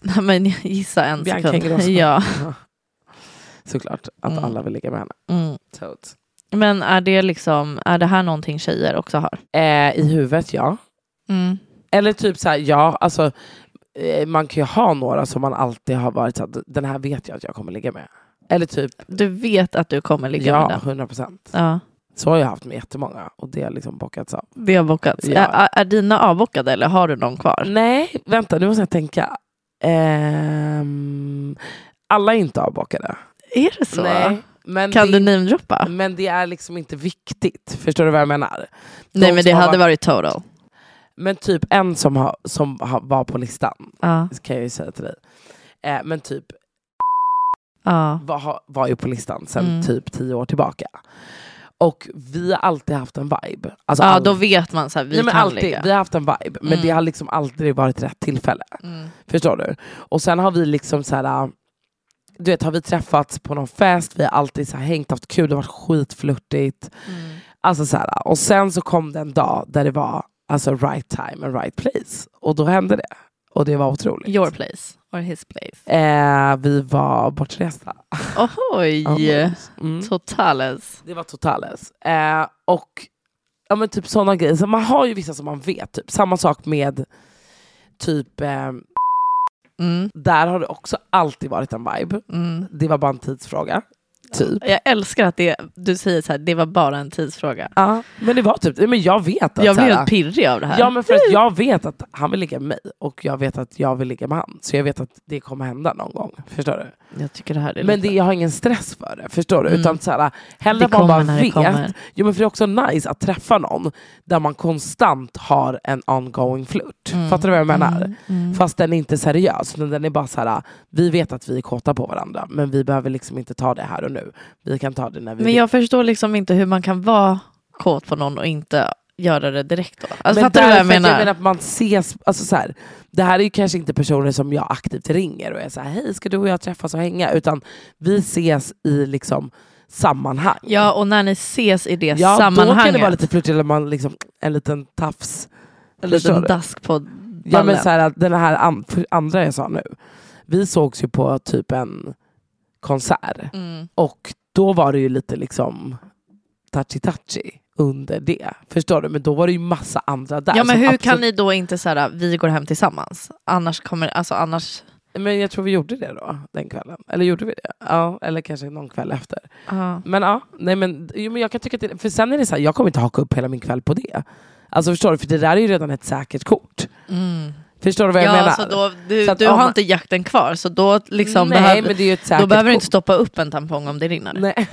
S2: Nej, men gissa en
S3: Bianca
S2: sekund.
S3: Ingrosso.
S2: Ja.
S3: Såklart att
S2: Mm.
S3: alla vill ligga med henne.
S2: Mm.
S3: Totes.
S2: Men är det liksom, är det här någonting tjejer också har?
S3: Eh, I huvudet, ja.
S2: Mm.
S3: Eller typ så här, ja, alltså eh, man kan ju ha några som man alltid har varit så här, den här vet jag att jag kommer ligga med. Eller typ,
S2: Du vet att du kommer ligga med
S3: ja,
S2: den?
S3: 100 procent.
S2: Ja.
S3: Så har jag haft med jättemånga och det har liksom bockats av.
S2: Det har bockats.
S3: Ja.
S2: Är, är dina avbockade eller har du någon kvar?
S3: Nej, vänta nu måste jag tänka. Ehm, alla är inte avbockade.
S2: Är det så?
S3: Nej, men,
S2: Kan
S3: det,
S2: du namedroppa?
S3: men det är liksom inte viktigt. Förstår du vad jag menar? De
S2: Nej men
S3: som
S2: det
S3: har
S2: hade
S3: varit-
S2: varit total.
S3: Men typ en som, har, som har, var på listan
S2: Ja.
S3: kan jag ju säga till dig. Eh, men typ
S2: ja.
S3: var, har- var ju på listan sedan
S2: Mm.
S3: typ tio år tillbaka. Och vi har alltid haft en vibe. Alltså
S2: ja
S3: aldrig-
S2: då vet man så här, vi
S3: Nej, men
S2: kan
S3: alltid,
S2: ligga.
S3: Vi har haft en vibe, men
S2: Mm.
S3: det har liksom aldrig varit rätt tillfälle.
S2: Mm.
S3: Förstår du? Och sen har vi liksom så här. äh, Du vet, har vi träffats på någon fest, vi har alltid så här hängt, haft kul, det har varit skitflörtigt.
S2: Mm.
S3: Alltså så här, äh, och sen så kom det en dag där det var alltså right time and right place. Och då hände det. Och det var otroligt.
S2: Your place or his place.
S3: Eh, vi var bortresta.
S2: Ohoj!
S3: Mm.
S2: Totales.
S3: Det var totales. Eh, och ja, men typ sådana grejer. Så man har ju vissa som man vet. Typ. Samma sak med typ, eh,
S2: Mm.
S3: där har det också alltid varit en vibe.
S2: Mm.
S3: Det var bara en tidsfråga. Typ.
S2: Jag älskar att det, du säger så här, det var bara en tidsfråga.
S3: Ja, men det var typ, nej, men jag vet att
S2: Jag
S3: så
S2: blir
S3: här-
S2: helt pirrig av det här. Mm.
S3: Ja men för att jag vet att han vill ligga med mig och jag vet att jag vill ligga med han. Så jag vet att det kommer hända någon gång. Förstår du?
S2: Jag tycker det här är
S3: Men
S2: lite...
S3: det, jag har ingen stress för det. Förstår du?
S2: Mm.
S3: Utan så här, hellre
S2: Det
S3: att man bara
S2: kommer när det
S3: vet.
S2: kommer.
S3: Jo, men för det är också nice att träffa någon där man konstant har en ongoing flört.
S2: Mm.
S3: Fattar du vad jag menar?
S2: Mm. Mm.
S3: Fast den är inte seriös. Utan den är bara så här, vi vet att vi är kåta på varandra. Men vi behöver liksom inte ta det här och nu. Vi kan ta det när vi
S2: Men
S3: vill.
S2: jag förstår liksom inte hur man kan vara kåt på någon och inte göra det direkt då. Alltså,
S3: men
S2: fattar du vad jag
S3: därför att
S2: menar?
S3: Jag menar att man ses, alltså så här, det här är ju kanske inte personer som jag aktivt ringer och är så här, hej ska du och jag träffas och hänga? Utan vi ses i liksom sammanhang.
S2: Ja, och när ni ses i det
S3: Ja,
S2: sammanhanget.
S3: då kan det vara lite flörtigt, eller man liksom, en liten tafs.
S2: en
S3: förstår
S2: liten
S3: du?
S2: dask på
S3: Ja,
S2: ballen.
S3: men så här, att den här an, för andra jag sa nu, vi sågs ju på typ en konsert
S2: mm.
S3: och då var det ju lite liksom touchy-touchy under det. Förstår du? Men då var det ju massa andra där.
S2: ja, men
S3: som
S2: hur
S3: absolut-
S2: kan ni då inte så här, vi går hem tillsammans? Annars kommer, alltså annars,
S3: Men jag tror vi gjorde det då, den kvällen. Eller gjorde vi det? Ja, eller kanske någon kväll efter.
S2: ja.
S3: Men ja, nej men, jo, men jag kan tycka att det, för sen är det så här, jag kommer inte haka upp hela min kväll på det. Alltså förstår du? För det där är ju redan ett säkert kort. Förstår du vad jag
S2: Mm. Ja,
S3: menar?
S2: så då, du,
S3: Så att
S2: du
S3: om
S2: har
S3: man-
S2: inte jakten kvar så då, liksom,
S3: Nej
S2: behöver-
S3: men det är ju ett säkert
S2: då behöver
S3: kort.
S2: du inte stoppa upp en tampong om det rinner.
S3: Nej.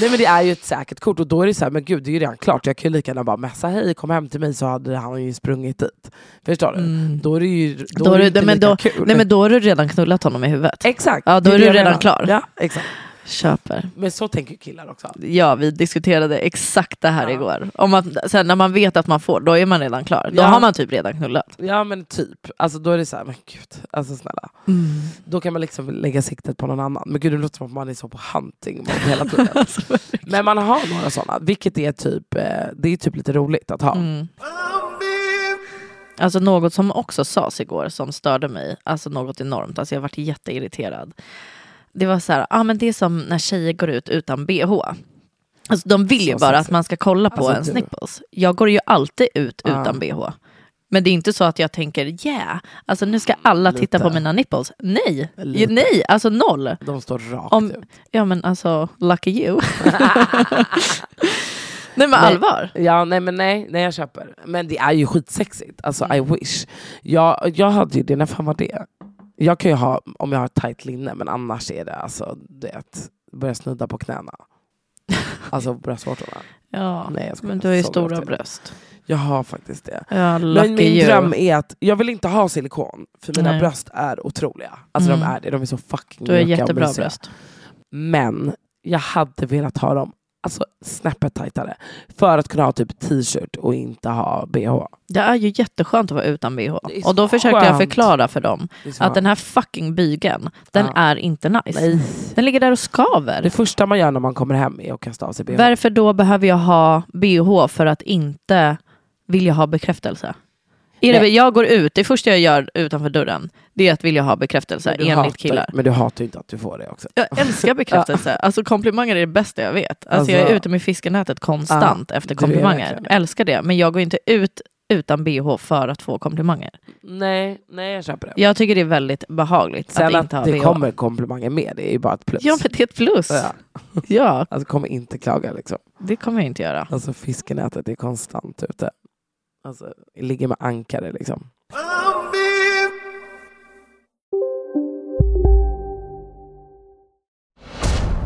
S3: Nej men det är ju ett säkert kort och då är det så här, men gud det är ju redan klart. Jag kan ju lika gärna bara messa hej kom hem till mig så hade han ju sprungit dit. Förstår du? Då är det ju då
S2: Mm. Då
S3: är det
S2: är
S3: ju
S2: det-
S3: inte
S2: men
S3: lika
S2: då-
S3: kul.
S2: Nej men då har du redan knullat honom i huvudet.
S3: Exakt.
S2: Ja, då
S3: det
S2: är du
S3: jag
S2: redan
S3: menar.
S2: klar.
S3: Ja, exakt.
S2: Köper.
S3: Men så tänker ju killar också.
S2: Ja, vi diskuterade exakt det här
S3: Ja.
S2: igår. Om man, sen när man vet att man får, då är man redan klar. Då
S3: Ja.
S2: har man typ redan knullat.
S3: Ja men typ. Alltså då är det så här, men gud. Alltså snälla.
S2: Mm.
S3: Då kan man liksom lägga siktet på någon annan. Men gud det låter som att man är så på hunting mode hela tiden.
S2: Alltså,
S3: men man har några sådana, vilket är typ, eh, det är typ lite roligt att ha.
S2: Mm. Alltså något som också sades igår som störde mig, alltså något enormt, alltså jag varit jätteirriterad. Det var så här, ah, men det är som när tjejer går ut utan bh. Alltså de vill ju
S3: Så
S2: bara
S3: sexigt.
S2: att man ska kolla på
S3: Alltså,
S2: ens
S3: du.
S2: nipples. Jag går ju alltid ut
S3: Ja.
S2: utan bh. Men det är inte så att jag tänker yeah, alltså nu ska alla titta
S3: Lite.
S2: på mina nipples. Nej,
S3: Lite. Typ.
S2: nej, alltså noll.
S3: De står rakt
S2: Om-
S3: ut.
S2: Ja men alltså, lucky you. nej men
S3: Nej.
S2: allvar.
S3: Ja, nej men nej, nej jag köper. Men det är ju skitsexigt, alltså I
S2: Mm.
S3: wish. Jag, jag hade ju det, när fan var det? Jag kan ju ha, om jag har tight linne, men annars är det alltså, du vet, börja snudda på knäna. Alltså bröstvårtorna.
S2: Ja,
S3: Nej, jag skojar.
S2: men du har ju
S3: Så
S2: stora
S3: gråter.
S2: bröst.
S3: Jag har faktiskt det.
S2: Ja, lucky
S3: Men min
S2: you.
S3: dröm är att, jag vill inte ha silikon, för mina
S2: Nej.
S3: bröst är otroliga. Alltså de
S2: Mm.
S3: är det, de är så fucking
S2: Du har
S3: mjuka och
S2: jättebra
S3: mysiga.
S2: bröst.
S3: Men jag hade velat ha dem alltså, snäppet tajtare. För att kunna ha typ t-shirt och inte ha bh.
S2: Det är ju jätteskönt att vara utan bh.
S3: Det är så
S2: Och då försökte jag
S3: skönt.
S2: förklara för dem
S3: Det är så
S2: att den här fucking bygeln, den
S3: Ja.
S2: är inte nice.
S3: Nej.
S2: Den ligger där och skaver.
S3: Det första man gör när man kommer hem är att kasta av sig bh.
S2: Varför då behöver jag ha bh för att inte vilja ha bekräftelse? Är det,
S3: Nej.
S2: jag går ut, det första jag gör utanför dörren, det är att vilja ha bekräftelse
S3: Men du hatar-
S2: enligt killar.
S3: Men du hatar ju inte att du får det också.
S2: Jag älskar bekräftelse. Alltså komplimanger är det bästa jag vet. Alltså, jag är
S3: Alltså-
S2: ute med fiskenätet konstant efter
S3: du är
S2: komplimanger.
S3: verkligen det.
S2: Älskar det. Men jag går inte ut utan bh för att få komplimanger.
S3: Nej, nej jag köper det.
S2: Jag tycker det är väldigt behagligt
S3: Sen
S2: att,
S3: att,
S2: inte ha
S3: det
S2: bh.
S3: kommer komplimanger med, det är ju bara ett plus.
S2: Ja men det är ett plus.
S3: Ja.
S2: Ja,
S3: Alltså kommer inte klaga liksom.
S2: det kommer jag inte göra.
S3: Alltså fiskenätet är konstant ute. Alltså ligger med ankare liksom.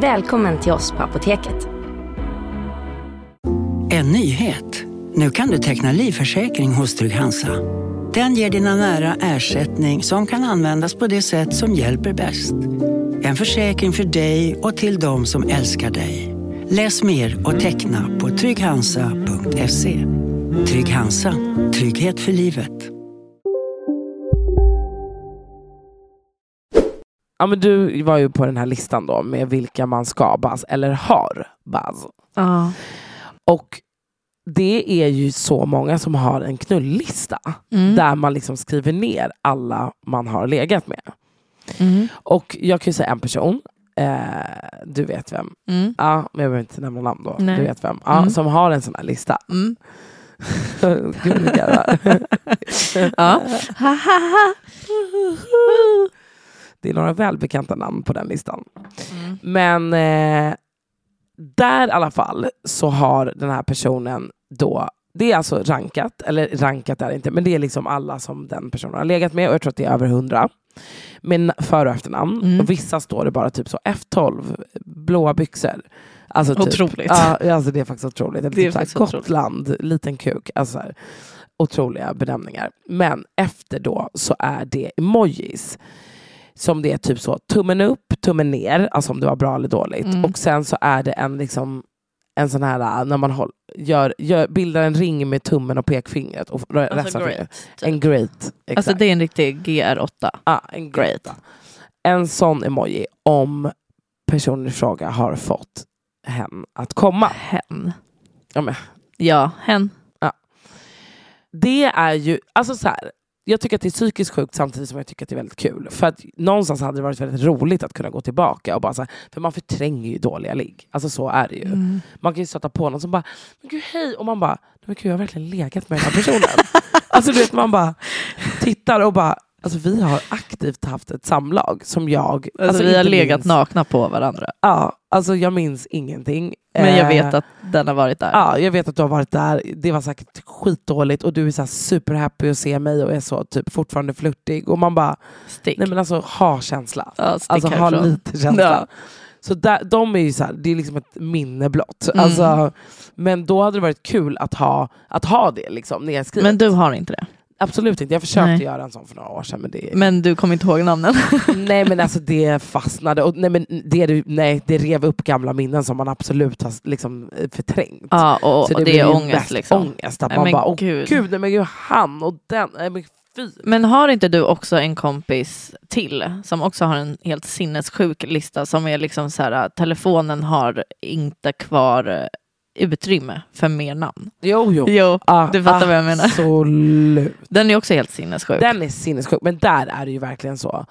S4: Välkommen till oss på Apoteket.
S5: En nyhet. Nu kan du teckna livförsäkring hos Trygg-Hansa. Den ger dina nära ersättning som kan användas på det sätt som hjälper bäst. En försäkring för dig och till de som älskar dig. Läs mer och teckna på trygghansa.se. Trygg-Hansa. Trygghet för livet.
S3: Ja men du var ju på den här listan då med vilka man ska buzz eller har buzz.
S2: Ja.
S3: Och det är ju så många som har en knullista
S2: Mm.
S3: där man liksom skriver ner alla man har legat med.
S2: Mm.
S3: Och jag kan ju säga en person, eh, du vet vem,
S2: Mm.
S3: ja, men jag behöver inte nämna namn då,
S2: Nej.
S3: du vet vem, ja,
S2: Mm.
S3: som har en sån här lista.
S2: Mm.
S3: Gud, vilka jävla-
S2: Ja. Ha, ha, ha.
S3: det är några välbekanta namn på den listan.
S2: Mm.
S3: Men eh, där i alla fall så har den här personen då, det är alltså rankat, eller rankat är det inte, men det är liksom alla som den personen har legat med och jag tror att det är över hundra. Med för och efternamn.
S2: Mm.
S3: Och vissa står det bara typ så F12, blåa byxor. Alltså typ,
S2: Otroligt.
S3: Ja, alltså det är faktiskt otroligt. Eller
S2: Det är
S3: typ så här,
S2: faktiskt otroligt.
S3: Gotland, liten kuk. Alltså så här. otroliga benämningar. Men efter då så är det emojis. Som det är typ så, tummen upp, tummen ner, alltså om det var bra eller dåligt.
S2: Mm.
S3: Och sen så är det en liksom en sån här, äh, när man håll, gör, gör, bildar en ring med tummen och pekfingret. Och re-
S2: Alltså
S3: resten av fingret.
S2: great. typ.
S3: En great.
S2: Alltså
S3: exakt.
S2: det är en riktig GR8.
S3: Ja, en great. En sån emoji om personen i fråga har fått hen att komma.
S2: Hen.
S3: Ja, men.
S2: Ja, hen. Alltså,
S3: Det är ju, alltså så här, jag tycker att det är psykiskt sjukt samtidigt som jag tycker att det är väldigt kul. För att någonstans hade det varit väldigt roligt att kunna gå tillbaka och bara så här, för man förtränger ju dåliga ligg. Alltså så är det ju.
S2: Mm.
S3: Man kan ju stöta på någon som bara, men gud hej, och man bara, nej men gud jag har verkligen legat med den här personen. alltså du vet man bara tittar och bara, alltså vi har aktivt haft ett samlag som jag, alltså,
S2: Alltså, vi har
S3: inte
S2: legat
S3: minns-
S2: nakna på varandra.
S3: Ja, alltså jag minns ingenting.
S2: Men jag
S3: Eh,
S2: vet att den har varit där.
S3: Ja, jag vet att du har varit där. Det var säkert skitdåligt och du är så här superhappy att se mig och är så typ fortfarande flörtig. Och man bara,
S2: Stick.
S3: nej men alltså ha känsla.
S2: ja, stick
S3: Alltså ha
S2: härifrån.
S3: lite känsla.
S2: Ja.
S3: Så där, de är ju så här, det är liksom ett minne blott.
S2: Mm.
S3: Alltså, men då hade det varit kul att ha, att ha det liksom nedskrivet.
S2: Men du har inte det.
S3: Absolut inte, jag försökte
S2: Nej.
S3: göra en sån för några år sedan men det
S2: Men du kommer inte ihåg namnen.
S3: Nej men alltså det fastnade, och, nej, men det, du- nej, det rev upp gamla minnen som man absolut har liksom, eh, förträngt.
S2: Ja, och, och det
S3: blir ju
S2: är ångest
S3: mest
S2: liksom.
S3: ångest att
S2: Nej,
S3: man
S2: men
S3: bara, åh
S2: gud.
S3: gud. nej men gud han och den, nej men fy.
S2: Men har inte du också en kompis till som också har en helt sinnessjuk lista som är liksom så här, telefonen har inte kvar eh, utrymme för mer namn.
S3: Jo jo.
S2: Jo,
S3: Ah,
S2: du fattar vad jag menar.
S3: Absolut.
S2: Den är också helt sinnessjuk.
S3: Den är sinnessjuk, men där är det ju verkligen så.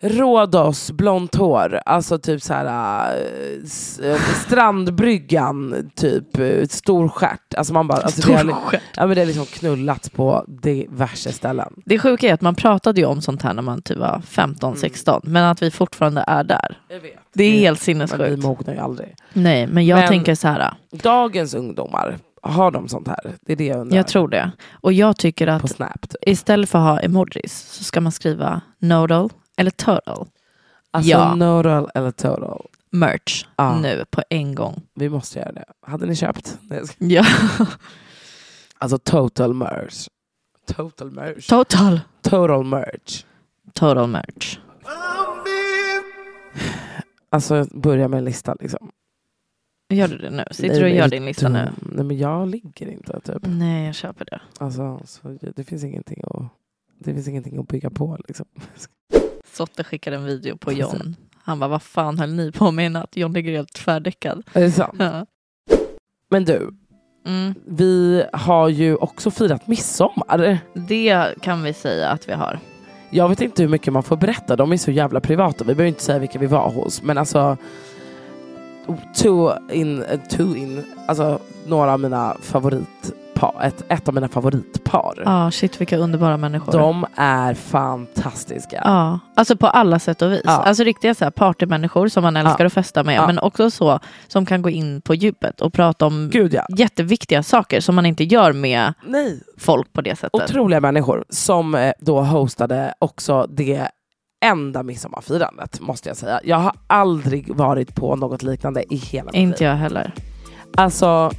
S3: Rhodos, blont hår, alltså typ så här eh, s- eh, strandbryggan, typ eh, stor stjärt. Alltså man bara, alltså det, har,
S2: Storskämt.
S3: ja, men det är liksom knullat på diverse ställen.
S2: Det sjuka är att man pratade ju om sånt här när man typ var 15-16 men att vi fortfarande är där.
S3: Mm. Jag vet.
S2: Det är
S3: Mm.
S2: helt
S3: Men vi
S2: sinnessjukt.
S3: mognar ju aldrig.
S2: Nej, men jag
S3: Men-
S2: tänker så här, äh,
S3: Dagens ungdomar, har de sånt här? Det är det jag undrar.
S2: jag tror det. Och jag tycker att
S3: På Snap. Typ.
S2: istället för att ha emojis så ska man skriva nodal eller turtle
S3: Alltså
S2: Ja.
S3: nodal eller total.
S2: merch
S3: Ja.
S2: nu på en gång.
S3: Vi måste göra det. Hade ni köpt? Nej, jag ska-
S2: Ja.
S3: Alltså total merch. Total merch.
S2: Total.
S3: total merch.
S2: Total merch.
S3: Alltså börja med en lista liksom.
S2: Gör du det nu? Sitter
S3: Nej,
S2: du och
S3: men
S2: gör
S3: är
S2: din
S3: du
S2: lista nu?
S3: dum? Mm. Nej men jag ligger inte typ.
S2: Nej, jag köper det.
S3: Alltså, så det finns ingenting att... Det finns ingenting att bygga på liksom.
S2: Sotte skickade en video på John. Han bara, vad fan höll ni på med i natt? John ligger helt tvärdäckad.
S3: Är det sant?
S2: Ja.
S3: Men du,
S2: Mm.
S3: vi har ju också firat midsommar.
S2: Det kan vi säga att vi har.
S3: Jag vet inte hur mycket man får berätta, de är så jävla privata. Vi behöver inte säga vilka vi var hos. Men alltså, two in, eh, two in alltså några av mina favoritpar, ett, ett av mina favoritpar.
S2: Ja, shit vilka underbara människor.
S3: De är fantastiska.
S2: Ja, alltså på alla sätt och vis.
S3: Ja.
S2: Alltså riktiga så här partymänniskor som man älskar
S3: Ja.
S2: att festa med.
S3: Ja.
S2: Men också så som kan gå in på djupet och prata om
S3: Gud ja.
S2: jätteviktiga saker som man inte gör med
S3: Nej.
S2: folk på det sättet.
S3: Otroliga människor som eh, då hostade också det enda midsommarfirandet måste jag säga. Jag har aldrig varit på något liknande i hela mitt
S2: Inte
S3: liv.
S2: jag heller.
S3: Alltså,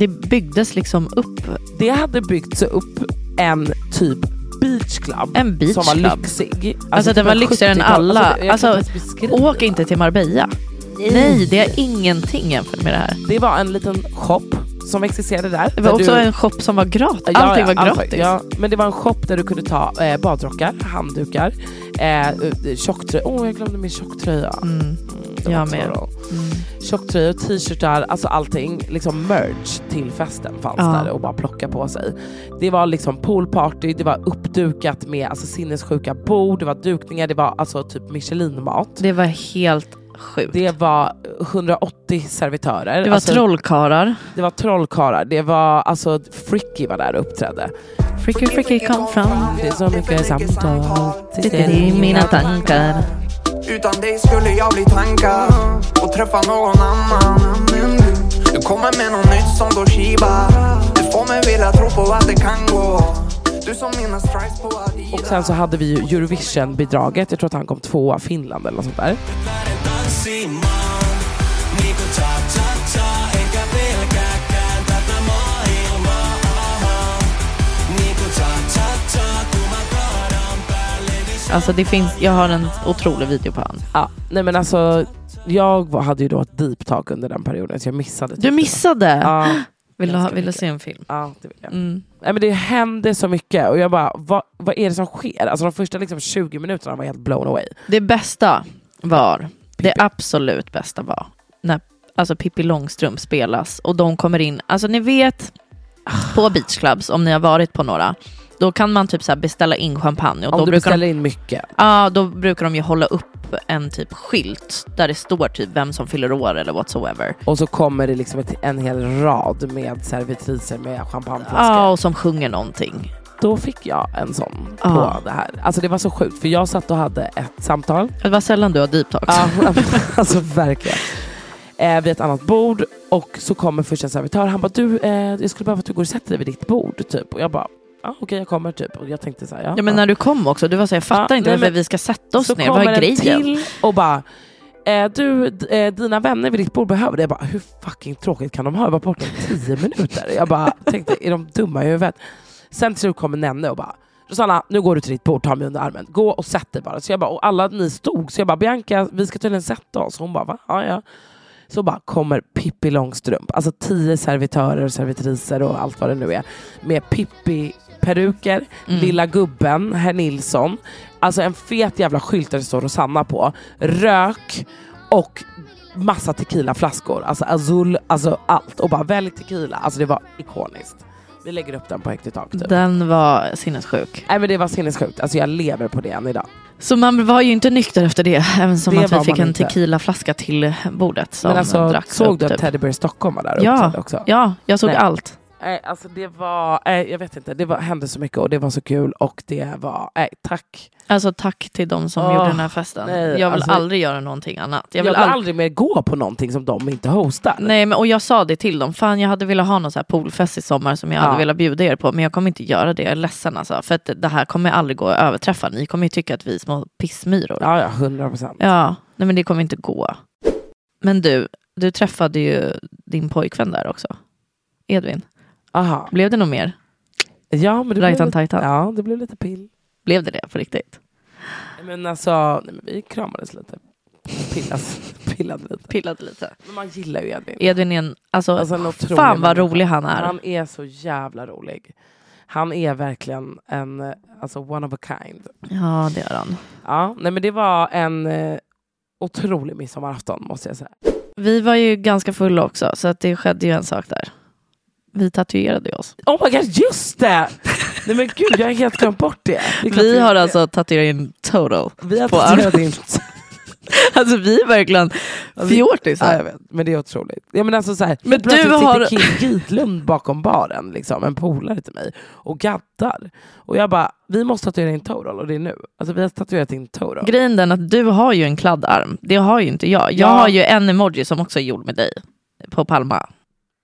S2: Det byggdes liksom upp
S3: det hade byggts upp en typ beachclub.
S2: en beach
S3: som var
S2: club.
S3: lyxig.
S2: Alltså, den
S3: typ
S2: var
S3: en
S2: lyxigare än
S3: 70-tal.
S2: alla.
S3: jag kan
S2: Alltså,
S3: inte ens beskriva
S2: Åk
S3: det.
S2: inte till Marbella. Nej, det är ingenting jämfört med det här.
S3: Det var en liten shop som existerade där.
S2: Det var
S3: där
S2: också
S3: du-
S2: en shop som var gratis.
S3: Ja,
S2: Allting
S3: ja,
S2: var
S3: allt-
S2: gratis.
S3: Ja, men det var en shop där du kunde ta eh, badrockar, handdukar, eh, tjocktröja. Åh, jag glömde min tjocktröja.
S2: Mm.
S3: Det
S2: jag
S3: var
S2: med.
S3: så då.
S2: Mm.
S3: Tjocktröjor, t-shirtar, alltså allting. Liksom merch till festen fanns
S2: Ja.
S3: där och bara plocka på sig. Det var liksom poolparty, det var uppdukat med alltså, sinnessjuka bord, det var dukningar, det var alltså typ Michelinmat.
S2: Det var helt sjukt. Det,
S3: Det var 180 servitörer.
S2: var
S3: alltså,
S2: trollkarlar.
S3: det var trollkarlar. Det var alltså Fricky var där och uppträdde.
S2: Freaky freaky come from.
S3: Det är så mycket samtal.
S2: Det är mina tankar.
S6: Utan dig skulle jag bli tankad och träffa någon annan Men du, du kommer med något nytt som Toshiba Du får mig vilja tro på att det kan gå Du som mina stripes på Adidas
S3: Och sen så hade vi ju Eurovision-bidraget. Jag tror att han kom tvåa, Finland eller något sånt där.
S2: Alltså det finns, jag har en otrolig video på han.
S3: Ja. Nej men alltså, jag var- hade ju då ett deep talk under den perioden så jag missade. typ
S2: Du
S3: det.
S2: missade!
S3: Ja,
S2: vill, du ha,
S3: ganska
S2: vill du
S3: mycket.
S2: se en film?
S3: ja, det vill jag.
S2: Mm.
S3: Nej, men det hände så mycket och jag bara, vad, vad är det som sker? Alltså de första liksom 20 minuterna var jag helt blown away.
S2: Det bästa var, det absolut bästa var, när alltså Pippi Långstrump spelas och de kommer in, alltså ni vet på beachclubs, om ni har varit på några, då kan man typ så här beställa in champagne. Och
S3: Om
S2: då
S3: du
S2: brukar de
S3: beställer in mycket.
S2: Ja, då brukar de ju hålla upp en typ skylt där det står typ vem som fyller år eller whatsoever.
S3: Och så kommer det liksom ett, en hel rad med servitriser med champagneflaskor.
S2: Ja, och som sjunger någonting.
S3: Då fick jag en sån
S2: Ja.
S3: på det här. Alltså det var så sjukt för jag satt och hade ett samtal.
S2: Det var sällan du har deep talks.
S3: Ja, alltså verkligen. Eh, vid ett annat bord och så kommer först en servitör. Han bara, du, eh, jag skulle behöva att du går och sätter dig vid ditt bord. Typ. Och jag bara, ah, okej jag kommer typ. Och jag tänkte så här, ja.
S2: Ja, men när du kom också, du var så här, jag fattar
S3: Ja,
S2: inte
S3: nej,
S2: varför
S3: men-
S2: vi ska sätta oss
S3: så
S2: ner,
S3: kommer
S2: vad är
S3: en
S2: grejen?
S3: till och bara, eh, du, d- eh, dina vänner vid ditt bord behöver det. Jag bara, hur fucking tråkigt kan de ha? Jag var borta i tio minuter. Jag bara tänkte, är de dumma i huvudet? Sen till slut kommer Nenne och bara, Rosanna, nu går du till ditt bord, ta mig under armen. Gå och sätt dig bara. Så jag bara, och alla ni stod. Så jag bara, Bianca, vi ska tydligen sätta oss. Hon bara, va? Ja, ja. Så bara kommer Pippi Långstrump, alltså tio servitörer och servitriser och allt vad det nu är. Med Pippi-peruker,
S2: Mm.
S3: Lilla gubben, Herr Nilsson. Alltså en fet jävla skylt där det står Rosanna på. Rök och massa tequilaflaskor. Alltså Azul, alltså allt. Och bara välj tequila. Alltså det var ikoniskt. Vi lägger upp den på Högt i tak typ.
S2: Den var sinnessjuk.
S3: Nej men det var sinnessjukt. Alltså jag lever på det än idag.
S2: Så man var ju inte nykter efter det, även som
S3: Det
S2: att vi
S3: var
S2: fick
S3: man
S2: en
S3: inte.
S2: tequilaflaska till bordet som
S3: men alltså
S2: dracks
S3: såg
S2: upp.
S3: du att
S2: typ.
S3: Teddy Bear Stockholm var där
S2: Ja,
S3: uppträdde också?
S2: Ja, jag såg
S3: Nej.
S2: allt.
S3: Nej, alltså det var, nej, jag vet inte, det var, hände så mycket och det var så kul och det var, nej tack.
S2: Alltså tack till de som
S3: Åh,
S2: gjorde den här festen.
S3: nej,
S2: jag vill
S3: alltså-
S2: aldrig göra någonting annat.
S3: Jag
S2: Jag
S3: vill,
S2: vill aldrig
S3: aldrig mer gå på någonting som de inte hostar.
S2: Nej, men, och jag sa det till dem. Fan, jag hade velat ha någon så här poolfest i sommar som jag hade
S3: Ja.
S2: velat bjuda er på. Men jag kommer inte göra det. Jag är ledsen alltså. För att det här kommer aldrig gå att överträffa. Ni kommer ju tycka att vi är små pissmyror. Ja,
S3: Ja, ja, 100 procent.
S2: nej, men det kommer inte gå. Men du, du träffade ju din pojkvän där också. Edvin.
S3: Aha.
S2: Blev det något mer?
S3: Ja, men det
S2: Right
S3: blev
S2: on
S3: lite,
S2: Titan.
S3: ja, det blev lite pill.
S2: Blev det det på riktigt?
S3: Men alltså, nej, men vi kramades lite. Pillas, pillade lite.
S2: Pillade lite.
S3: Men man gillar ju Edvin.
S2: Edvin är en, alltså,
S3: Alltså, en otrolig
S2: fan vad
S3: människa.
S2: rolig han är.
S3: Han är så jävla rolig. Han är verkligen en, eh, alltså one of a kind.
S2: Ja, det är han.
S3: Ja, nej men det var en eh, otrolig midsommarafton måste jag säga.
S2: Vi var ju ganska fulla också, så att det skedde ju en sak där. Vi tatuerade ju oss.
S3: Oh my god, just det! Nej men gud, jag har helt glömt bort det. det är klart
S2: Vi
S3: vi-
S2: har alltså tatuerat in total.
S3: vi har
S2: på
S3: tatuerat in...
S2: Alltså vi är verkligen
S3: Ja,
S2: fjortisar.
S3: jag vet, men det är otroligt. Ja, men alltså, så här,
S2: Men
S3: plötsligt
S2: du har-
S3: sitter Kim Gidlund bakom baren, liksom, en polare till mig, och gaddar. Och jag bara, vi måste tatuera in Toral och det är nu. Alltså vi har tatuerat in Toral.
S2: Grejen den att du har ju en kladdarm. Det har ju inte jag. Jag
S3: Ja.
S2: har ju en emoji som också är gjord med dig. På Palma.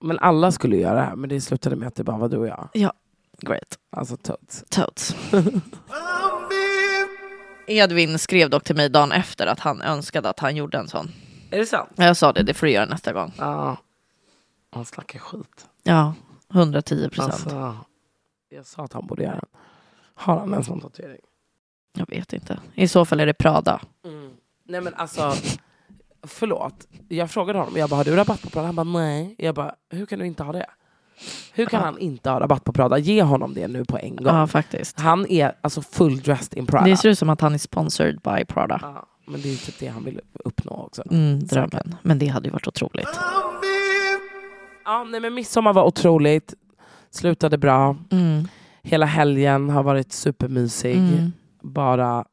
S3: Men alla skulle göra det här, men det slutade med att det bara var du och jag.
S2: Great.
S3: Alltså totes.
S2: Totes. Edvin skrev dock till mig dagen efter att han önskade att han gjorde en sån.
S3: Är det sant?
S2: Jag sa det, det får du göra nästa gång.
S3: Ja. Han snackar skit.
S2: Ja, 110 procent.
S3: Alltså, jag sa att han borde göra den. Har han en sån tatuering?
S2: Jag vet inte. I så fall är det Prada.
S3: Mm. Nej men alltså, förlåt. Jag frågade honom, jag bara har du rabatt på Prada? Han bara nej. Jag bara, hur kan du inte ha det? Hur kan
S2: Ja.
S3: han inte ha rabatt på Prada? Ge honom det nu på en gång.
S2: Ja, faktiskt.
S3: Han är alltså full dressed in Prada.
S2: Det ser ut som att han är sponsored by Prada.
S3: ja, men det är ju typ det han vill uppnå också.
S2: Mm, drömmen. Men det hade ju varit otroligt.
S3: Ja, nej men midsommar var otroligt. Slutade bra.
S2: Mm.
S3: Hela helgen har varit supermysig.
S2: Mm.
S3: Bara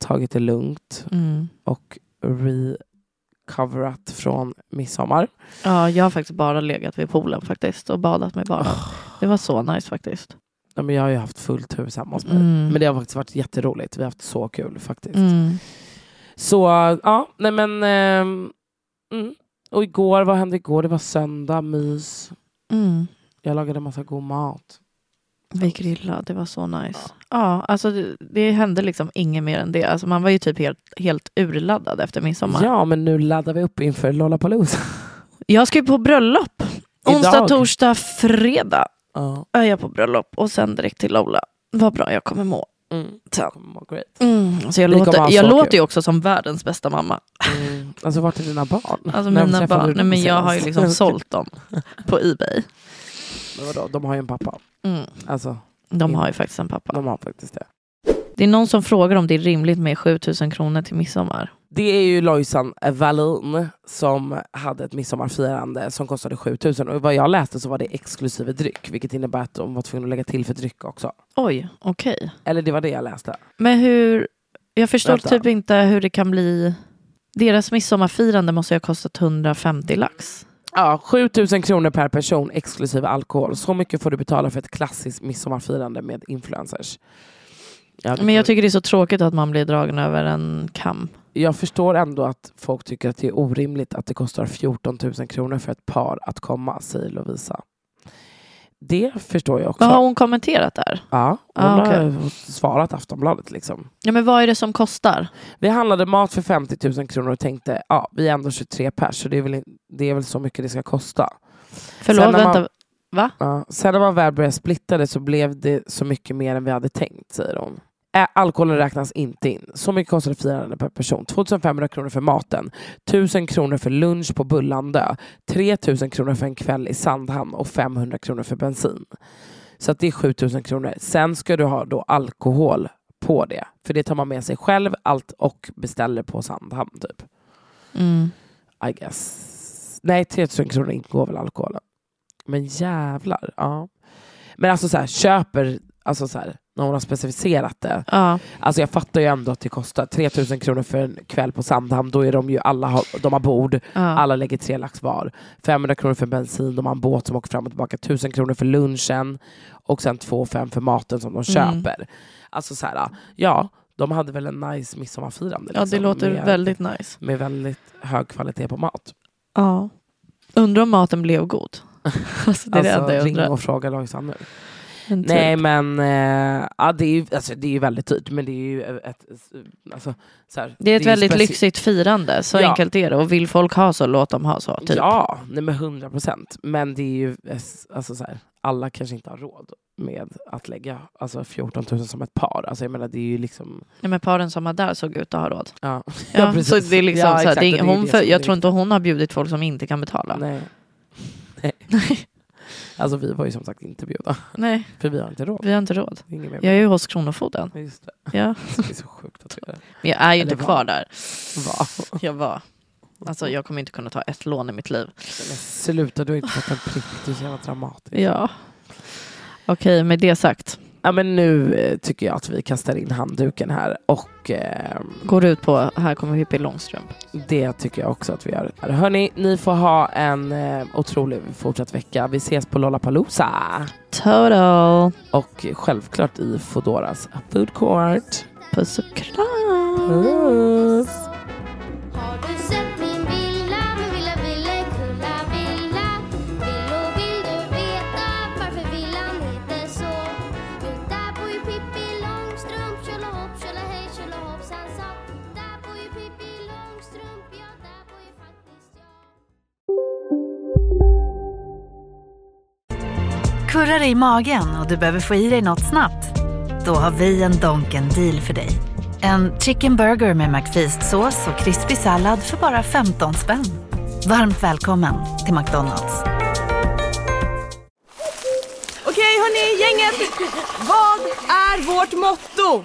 S3: tagit det lugnt
S2: Mm.
S3: och recoverat från midsommar.
S2: Ja, jag har faktiskt bara legat vid poolen faktiskt och badat mig bara. Det var så nice faktiskt.
S3: Ja, men jag har ju haft fullt hus hemma hos mig.
S2: Mm.
S3: Men det har faktiskt varit jätteroligt. Vi har haft så kul faktiskt.
S2: Mm.
S3: Så ja, nej men... ehm, mm. Och igår, vad hände igår? Det var söndag, mys.
S2: Mm.
S3: Jag lagade massa god mat.
S2: Vi grillade, det var så nice. Ja, alltså det, det hände liksom inget mer än det. Alltså man var ju typ helt, helt urladdad efter midsommar.
S3: Ja, men nu laddar vi upp inför Lollapalooza.
S2: Jag ska ju på bröllop.
S3: Idag.
S2: Onsdag, torsdag, fredag
S3: ja.
S2: är jag på bröllop och sen direkt till Lola. Vad bra jag kommer må.
S3: Mm.
S2: Så.
S3: Kommer må great.
S2: Mm, så jag
S3: Vi kommer
S2: låter,
S3: ha så
S2: jag
S3: kul.
S2: låter ju också som världens bästa mamma.
S3: Mm. Alltså vart är dina barn?
S2: Alltså
S3: När
S2: mina
S3: träffade
S2: barn,
S3: du
S2: nej,
S3: dem
S2: men jag
S3: senast?
S2: har ju liksom sålt dem på Ebay.
S3: Men vadå, de har ju en pappa.
S2: Mm,
S3: Alltså,
S2: de har ju faktiskt en pappa.
S3: de har faktiskt det.
S2: Det är någon som frågar om det är rimligt med 7000 kronor till midsommar.
S3: Det är ju Lojsan Wallin som hade ett midsommarfirande som kostade 7000 och vad jag läste så var det exklusive dryck vilket innebär att de var tvungna att lägga till för dryck också.
S2: Oj, okej.
S3: Eller det var det jag läste.
S2: Men hur, jag förstår
S3: Vänta.
S2: typ inte hur det kan bli. Deras midsommarfirande måste ju ha kostat 150 lax.
S3: Ja, 7000 kronor per person exklusive alkohol. Så mycket får du betala för ett klassiskt midsommarfirande med influencers. Ja, det-
S2: Men jag tycker det är så tråkigt att man blir dragen över en kam.
S3: jag förstår ändå att folk tycker att det är orimligt att det kostar 14 000 kronor för ett par att komma, säger Lovisa. Det förstår jag också.
S2: Vad har hon kommenterat där?
S3: Ja, hon
S2: Ah,
S3: har svarat Aftonbladet. Liksom.
S2: Ja, men vad är det som kostar?
S3: Vi handlade mat för 50 000 kronor och tänkte ja, vi är ändå 23 pers så det är väl, in- det är väl så mycket det ska kosta.
S2: Förlåt,
S3: när man-
S2: vänta.
S3: Ja. Sen när man väl började splitta det så blev det så mycket mer än vi hade tänkt, säger hon. Ä- Alkoholen räknas inte in. Så mycket kostade firande per person. 2500 kronor för maten, 1000 kronor för lunch på Bullandö, 3000 kronor för en kväll i Sandhamn och 500 kronor för bensin. Så att det är 7000 kronor. Sen ska du ha då alkohol på det. För det tar man med sig själv allt och beställer på Sandhamn typ.
S2: Mm.
S3: I guess. Nej, 3000 kronor ingår väl alkoholen. Men jävlar. Ja. Men alltså så här, köper, alltså så här, när hon har specificerat det.
S2: Ja.
S3: Alltså jag fattar ju ändå att det kostar 3000 kronor för en kväll på Sandhamn. Då är de ju alla, har- de har bord,
S2: Ja.
S3: alla lägger tre lax var. 500 kronor för bensin, de har en båt som åker fram och tillbaka. 1000 kronor för lunchen och sen 2 500 för maten som de
S2: Mm.
S3: köper. Alltså så här, ja, de hade väl en nice midsommarfirande.
S2: ja, det
S3: liksom,
S2: låter
S3: med,
S2: väldigt nice.
S3: Med väldigt hög kvalitet på mat.
S2: Ja. Undrar om maten blev god. Alltså, det är det
S3: alltså,
S2: enda jag
S3: ring
S2: undrar.
S3: och fråga Lojsan nu.
S2: Men typ.
S3: Nej men, eh, ja, det, är ju, alltså, det är ju väldigt dyrt men det är ju ett... Alltså, så här,
S2: Det är ett
S3: ju
S2: väldigt
S3: speci-
S2: lyxigt firande, så
S3: Ja.
S2: enkelt är det. Och vill folk ha så, låt dem ha så. Typ.
S3: Ja, nej men 100 procent. Men det är ju, eh, alltså, så här, alla kanske inte har råd med att lägga alltså, 14 000 som ett par. Alltså, jag menar det är ju liksom...
S2: Nej, men paren som var där såg ut att ha råd.
S3: Ja, ja,
S2: Ja, så
S3: precis.
S2: det är liksom
S3: Ja,
S2: så här,
S3: exakt,
S2: det
S3: och
S2: är,
S3: det är ju
S2: hon
S3: det
S2: för,
S3: som är
S2: jag
S3: det
S2: tror inte hon har bjudit folk som inte kan betala. Nej.
S3: Nej. Alltså vi var ju som sagt inte bjudna, för vi har inte råd.
S2: vi har inte råd.
S3: Det är inget mer.
S2: Jag är ju hos Kronofogden.
S3: Ja, Just det.
S2: Ja.
S3: det är så sjukt att vi är
S2: Men jag är ju
S3: Eller var.
S2: inte kvar där.
S3: Va?
S2: Jag var. Alltså jag kommer inte kunna ta ett lån i mitt liv.
S3: Men Sluta, du har inte fått en prick. Du är så jävla dramatisk.
S2: Ja. Okej, med det sagt.
S3: Ja, men nu eh, tycker jag att vi kastar in handduken här och eh,
S2: Går ut på Här kommer Pippi Långstrump.
S3: det tycker jag också att vi gör. Hörni, ni får ha en eh, otrolig fortsatt vecka. Vi ses på Lollapalooza
S2: Total.
S3: och självklart i Foodoras food court.
S2: Puss och kram.
S3: Puss!
S7: Har du sett min villa? Min villa, villekulla villa. Vill och vill du veta varför villan heter så? Jo, där bor ju Pippi Långstrump. Tjolahopp, tjolahej, tjolahoppsan sa. Där bor ju Pippi Långstrump. Ja, där bor ju faktiskt jag.
S8: Kurrar det i magen och du behöver få i dig något snabbt? Då har vi en Donken deal för dig. En chicken burger med McFeast-sås och krispig sallad för bara 15 spänn. Varmt välkommen till McDonalds.
S9: Okej hörni, gänget! Vad är vårt motto?